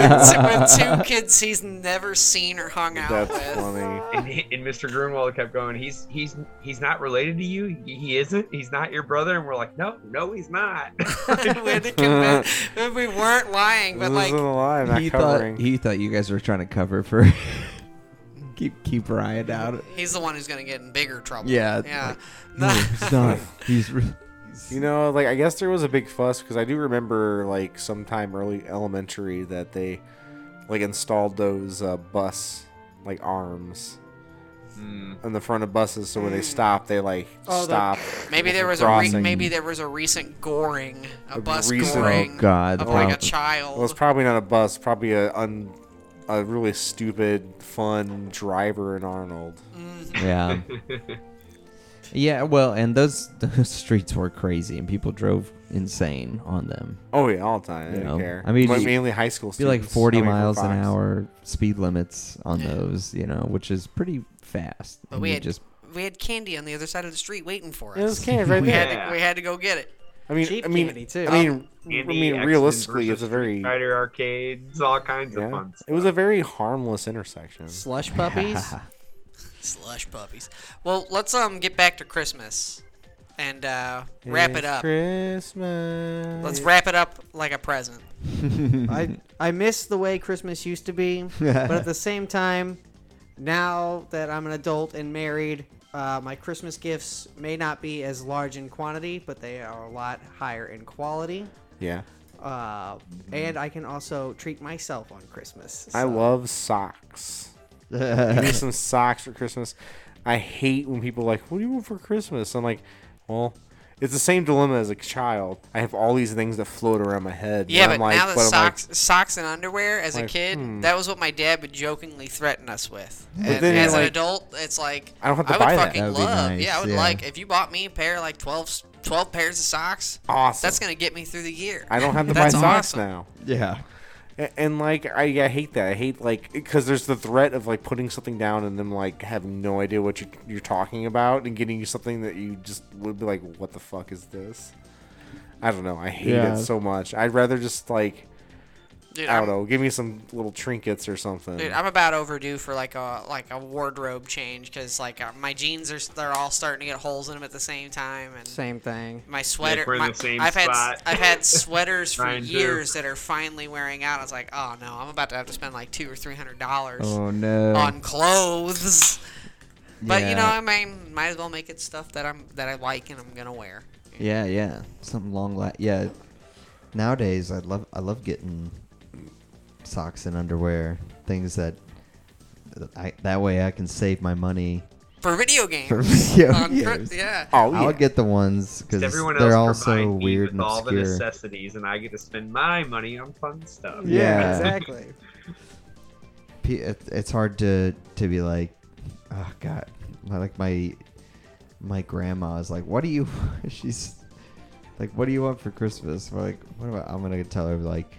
with two kids he's never seen or hung out That's with. funny. And, he- and Mr. Grunwald kept going. He's he's he's not related to you. He- He isn't. He's not your brother. And we're like, no, no, he's not. we had to convince, we weren't lying, but this like isn't a lie. I'm not he covering. thought he thought you guys were trying to cover for keep keep Ryan out. he's the one who's gonna get in bigger trouble. Yeah, yeah. No, he's not. He's re- You know, like I guess there was a big fuss because I do remember like sometime early elementary that they like installed those uh, bus like arms Hmm. on the front of buses, so when they stop, they like Hmm. Oh, the- stop. Maybe there was a Crossing. re- maybe there was a recent goring, a A bus recent- goring Oh, God. of like a Probably. child. Well, it's probably not a bus, probably a un, a really stupid fun driver in Arnold. yeah. Yeah, well, and those, those streets were crazy, and people drove insane on them. Oh yeah, all the time. I You don't know, care. I mean, But you- mainly high school. be like students. 40 I mean, for miles an Fox. hour speed limits on those, you know, which is pretty fast. but And we you had just we had candy on the other side of the street waiting for It was us. candy right we there. had to, we had to go get it. I mean, Cheap I mean, candy, too. I mean, I Andy, mean, X-Men realistically, versus it's a very Street Fighter arcades, all kinds of yeah, fun. it was a very harmless intersection. Slush puppies. Slush puppies. Well, let's um get back to Christmas and uh, wrap it It's up. Christmas. Let's wrap it up like a present. Mm. I I miss the way Christmas used to be, but at the same time, now that I'm an adult and married, uh, my Christmas gifts may not be as large in quantity, but they are a lot higher in quality. yeah. Uh, and I can also treat myself on Christmas. I so- love socks. Give me some socks for Christmas. I hate when people are like, "What do you want for Christmas?" I'm like, "Well, it's the same dilemma as a child. I have all these things that float around my head. Yeah, and but I'm like, now the but I'm like, socks, socks and underwear as a like, kid, hmm. that was what my dad would jokingly threaten us with. And then as an you're like, adult, it's like I don't have to would buy that. fucking That would be love. nice, yeah, I would yeah. like if you bought me a pair like 12, 12 pairs of socks. awesome. That's gonna get me through the year. I don't have to buy That's socks awesome. now." yeah. A- And like I, I hate that. I hate like because there's the threat of like putting something down and them like having no idea what you, you're talking about and getting you something that you just would be like, what the fuck is this? I don't know. I hate Yeah. it so much. I'd rather just like Dude, I I'm- don't know, give me some little trinkets or something. Dude, I'm about overdue for like a like a wardrobe change because like uh, my jeans are they're all starting to get holes in them at the same time and Same thing. my sweater. we're in my- the same I've had spot. I've had sweaters for Mine too. years that are finally wearing out. I was like, oh no, I'm about to have to spend like two or three hundred dollars Oh no. on clothes. But you know, Yeah. I mean, might as well make it stuff that I'm that I like and I'm gonna wear. Yeah, yeah. Something long la- yeah. Nowadays I love I love getting socks and underwear, things that I, that way I can save my money For video games. for video on cri- games. yeah. oh yeah. I'll get the ones because Everyone they're all else so provides me weird with and all the obscure. necessities, and I get to spend my money on fun stuff. Yeah. exactly. P- it- it's hard to to be like, oh god, My- like my my grandma is like, what do you? She's like, what do you want for Christmas? We're like, what about? I'm gonna tell her like,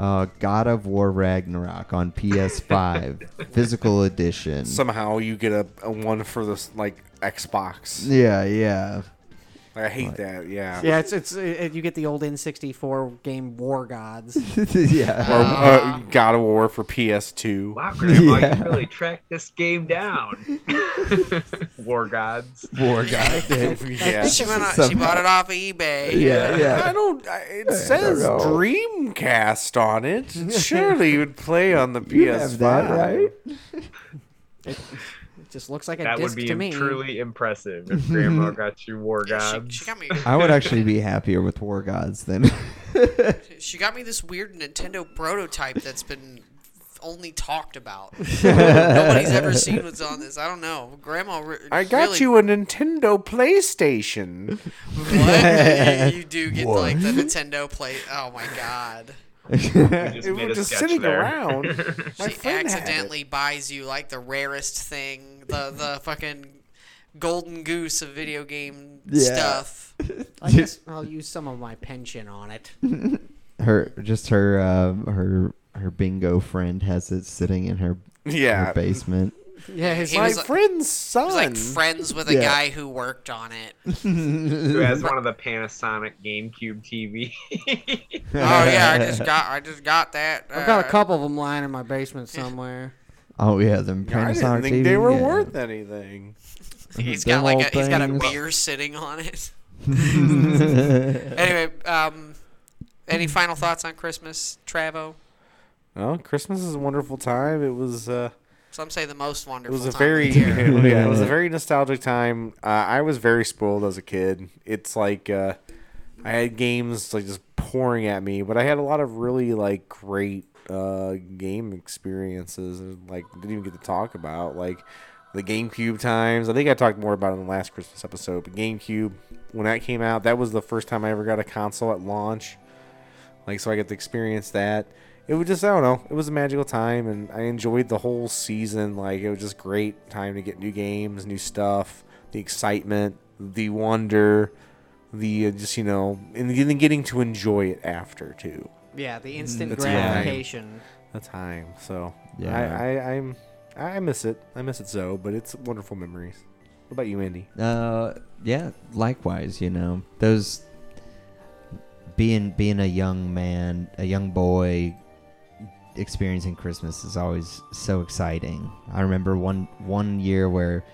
uh, God of War Ragnarok on PS5 physical edition. Somehow you get a, a one for this like Xbox. yeah, yeah, Like, I hate that. Yeah. Yeah, it's it's it, you get the old N64 game War Gods. yeah. Or uh, God of War for PS2. Wow, Grandma, Yeah. you really tracked this game down. War gods. War God. yeah. She went on, she Somehow. bought it off of eBay. yeah, I yeah. don't. I, it says know. Dreamcast on it. Surely you would play on the PS5. You have that right? It just looks like a That disc would be to me. truly impressive if Grandma got you War She, gods. she got me. I would actually be happier with War Gods than. She got me this weird Nintendo prototype that's been only talked about. Nobody's ever seen what's on this. I don't know. Grandma. Re- I got really- you a Nintendo PlayStation. What? you, you do get like the Nintendo play. Oh my god. just It made was a just sketch sitting there. around. My she friend had it. accidentally buys you like the rarest thing, the the fucking golden goose of video game Yeah. stuff. I guess I'll use some of my pension on it. her just her um her her bingo friend has it sitting in her, her Yeah. basement Yeah, it's He My like, was like- friend's son. was like friends with a Yeah. guy who worked on it. Oh, who has one of the Panasonic GameCube TV. Oh yeah, I just got I just got that. I've got uh, a couple of them lying in my basement somewhere. Oh yeah, them I Panasonic didn't think TV, they were yeah. worth anything. He's Them got like old a, he's got a things. beer sitting on it. anyway, um, any final thoughts on Christmas, Travo? Well, Christmas is a wonderful time. It was uh, Some say the most it wonderful. was a time of very the year. yeah, it was a very nostalgic time. Uh, I was very spoiled as a kid. It's like uh, I had games like just pouring at me, but I had a lot of really like great uh, game experiences and like didn't even get to talk about like the GameCube times. I think I talked more about it in the last Christmas episode. But GameCube when that came out, that was the first time I ever got a console at launch. Like so, I got to experience that. It was just I don't know. It was a magical time, and I enjoyed the whole season. Like it was just great time to get new games, new stuff, the excitement, the wonder the uh, just you know and then getting to enjoy it after too Yeah, Mm, the instant That's right. gratification. the time so Yeah. I, I i'm i miss it i miss it so but it's wonderful memories what about you andy Uh, yeah. Likewise, you know those being being a young man, a young boy, experiencing Christmas is always so exciting. I remember one one year where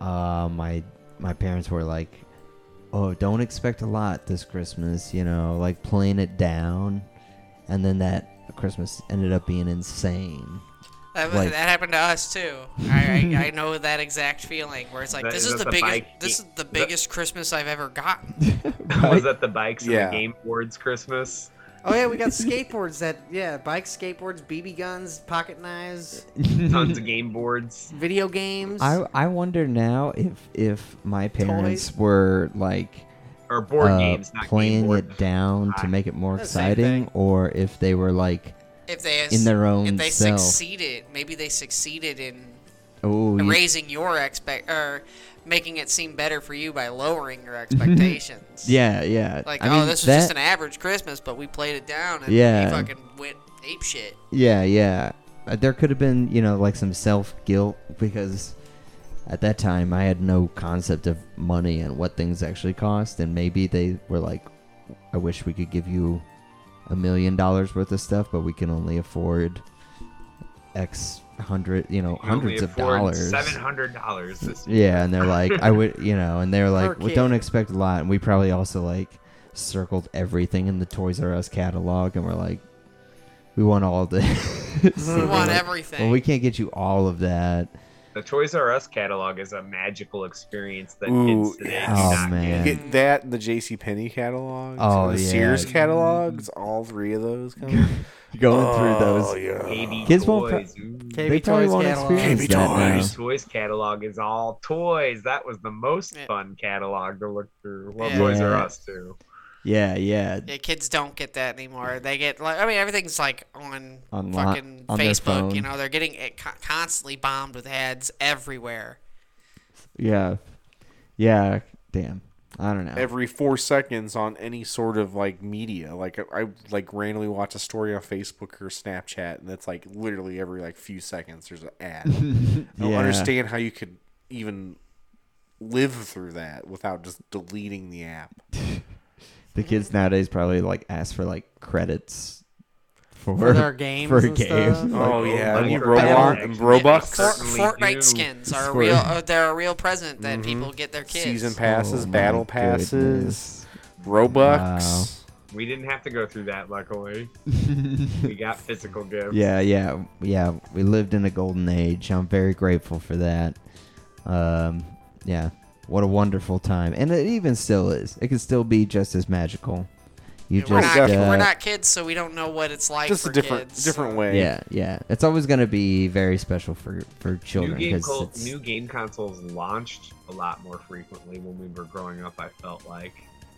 uh, my my parents were like, "Oh, don't expect a lot this Christmas," you know, like playing it down, and then that Christmas ended up being insane. That, was- like- that happened to us too. I, I, I know that exact feeling where it's like That- this is is that the, the biggest bike- this is the the- biggest Christmas I've ever gotten. was that the bikes and Yeah. the Game Awards Christmas? Oh yeah, we got skateboards that yeah, bikes, skateboards, BB guns, pocket knives, Tons of game boards. video games. I, I wonder now if if my parents Toys? were like Or board uh, games, not game playing board. it down to make it more The same exciting, thing. or if they were like, If they In their own if they self. succeeded, maybe they succeeded in "Oh, you- raising your expect or making it seem better for you by lowering your expectations. yeah, yeah." Like, I oh, mean, this was that, just an average Christmas, but we played it down and Yeah. we fucking went ape shit. Yeah, yeah. Uh, There could have been, you know, like some self guilt because at that time I had no concept of money and what things actually cost, and maybe they were like, "I wish we could give you a million dollars worth of stuff, but we can only afford X hundred, you know, hundreds of dollars." Seven hundred dollars this year. Yeah, and they're like, I would, you know, and they're like, Per well, don't kid. expect a lot. And we probably also like circled everything in the Toys R Us catalog, and we're like, we want all this. We And we're want like, everything. Well, we can't get you all of that. The Toys R Us catalog is a magical experience that Ooh, kids today do Oh not man, get that and the jc Penney catalogs Oh, and the yeah. sears catalogs all three of those coming going through those. Oh, yeah Baby Kids won't toys. pro- ooh. KB They probably Toys won't catalog. experience KB that Baby Toys. now. toys catalog is all toys. That was the most Yeah. fun catalog to look through. Well, Yeah. Toys R Yeah. Us too. Yeah, yeah. Yeah, kids don't get that anymore. They get like I mean everything's like on, On lo- fucking on their Facebook. You phone. know they're getting it co- constantly bombed with ads everywhere. Yeah. Yeah. Damn. I don't know. every four seconds on any sort of like media. Like I, I like randomly watch a story on Facebook or Snapchat, and that's like literally every like few seconds there's an ad. I don't Yeah. understand how you could even live through that without just deleting the app. the kids nowadays probably like ask for like credits for, For their games for and games. stuff. Oh yeah, like and you for Roblox Battle.net. and For, Robux Certainly Fortnite do. skins are a Square. real. uh, They're a real present that people get their kids. Mm-hmm. season passes, Oh, my battle goodness. passes, Robux. We didn't have to go through that, luckily. we got physical gifts. Yeah, yeah, yeah. We lived in a golden age. I'm very grateful for that. Um, yeah, what a wonderful time, and it even still is. It can still be just as magical. You Yeah, we're, just not, uh, we're not kids, so we don't know what it's like. Just for a different kids. different way. Yeah, yeah. It's always gonna be very special for for New children game, because col- new game consoles launched a lot more frequently when we were growing up. I felt like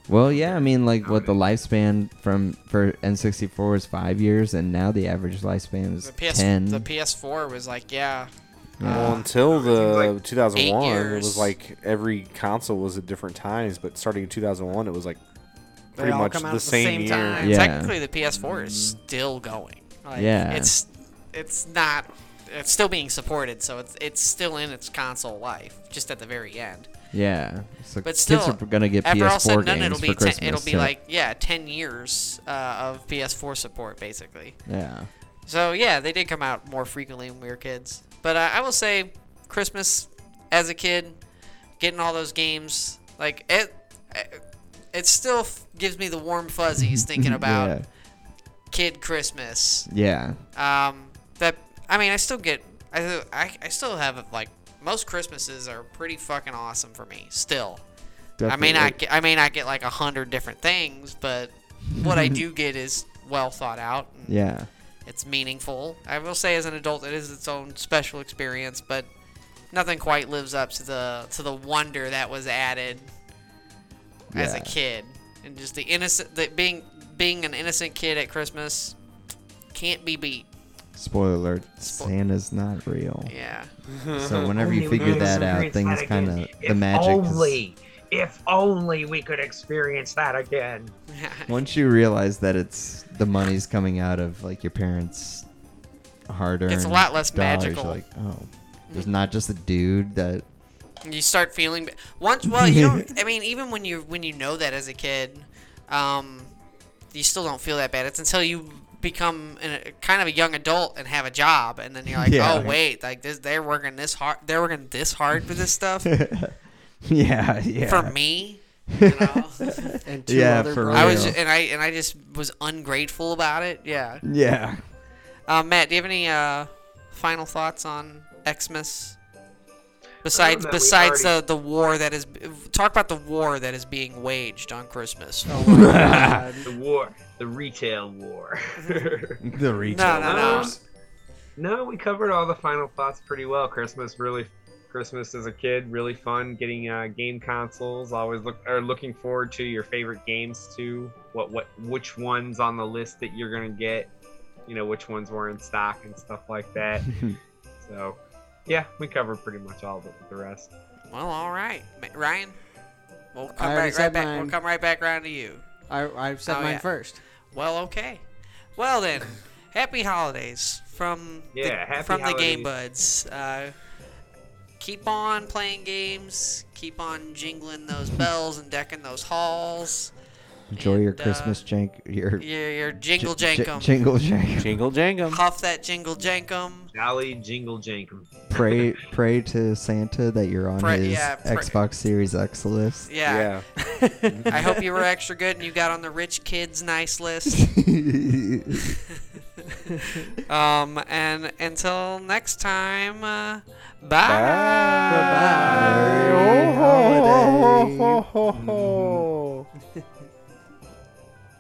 well, yeah. I mean, like what the lifespan from for N64 is five years, and now the average lifespan is The PS, ten. the PS4 was like, yeah, Well, until seems the like 2001, it years. was like every console was at different times, but starting in 2001, it was like They pretty all much come out the at the same, same year. time. Yeah. Technically, the PS4 is still going. Like, Yeah. It's it's not. it's still being supported, so it's it's still in its console life, just at the very end. Yeah. So But still, kids are gonna get after PS4 all said and done, games it'll for be Christmas. ten, it'll be too. like yeah, ten years uh, of PS4 support basically. yeah. So yeah, they did come out more frequently when we were kids. But uh, I will say, Christmas as a kid, getting all those games, like it, it still f- gives me the warm fuzzies thinking about kid Christmas. yeah. Um, that I mean, I still get, I, I, I still have like most Christmases are pretty fucking awesome for me still. Yeah. I Definitely. may not get, I may not get like a hundred different things, but what I do get is well thought out. and Yeah. it's meaningful. I will say, as an adult, it is its own special experience, but nothing quite lives up to the to the wonder that was added as a Yeah. kid, and just the innocent that being being an innocent kid at Christmas can't be beat. Spoiler alert: Spo- Santa's not real. Yeah, So whenever Uh-huh. Only you we figure could that out, experience things that kind of again. the If magic. is- Only, if only we could experience that again. once you realize that it's the money's coming out of like your parents' harder. It's a lot less magical. Mm. Like oh, there's not just a dude that. you start feeling ba- once. Well, you don't. I mean, even when you when you know that as a kid, um, you still don't feel that bad. It's until you become an, a, kind of a young adult and have a job, and then you're like, Yeah. oh wait, like this, they're working this hard. They're working this hard for this stuff Yeah, yeah. for me. You know? And two Yeah, other for brothers. I was real. and I and I just was ungrateful about it. Yeah. Yeah. Uh, Matt, do you have any uh, final thoughts on Xmas? Besides, that we besides the already- the war that is, talk about the war that is being waged on Christmas. Oh, The war, the retail war. The retail. no, no, no. no, we covered all the final thoughts pretty well. Christmas really, Christmas as a kid, really fun. Getting uh, game consoles, always look are looking forward to your favorite games too. What what which ones on the list that you're gonna get? You know which ones were in stock and stuff like that. so, yeah, we covered pretty much all of it with the rest. Well, all right, Ma- Ryan. We'll come already right, right said back. We'll mine. come right back around to you. I, I said Oh, mine yeah. first. Well, okay. Well then, happy holidays from Yeah, the, happy from the Game holidays. Buds. Uh, keep on playing games. Keep on jingling those bells and decking those halls. Enjoy your And, uh, Christmas jank. Your Your, your jingle j- j- jankum. jingle jankum. Jingle jangle. Huff that jingle jankum. Jolly Jingle Jankum. Pray, pray to Santa that you're on Pray- his yeah, pray. Xbox Series X list. Yeah. Yeah. I hope you were extra good and you got on the rich kids nice list. Um, and until next time, uh, bye. Bye-bye. oh, Merry holidays. ho, ho.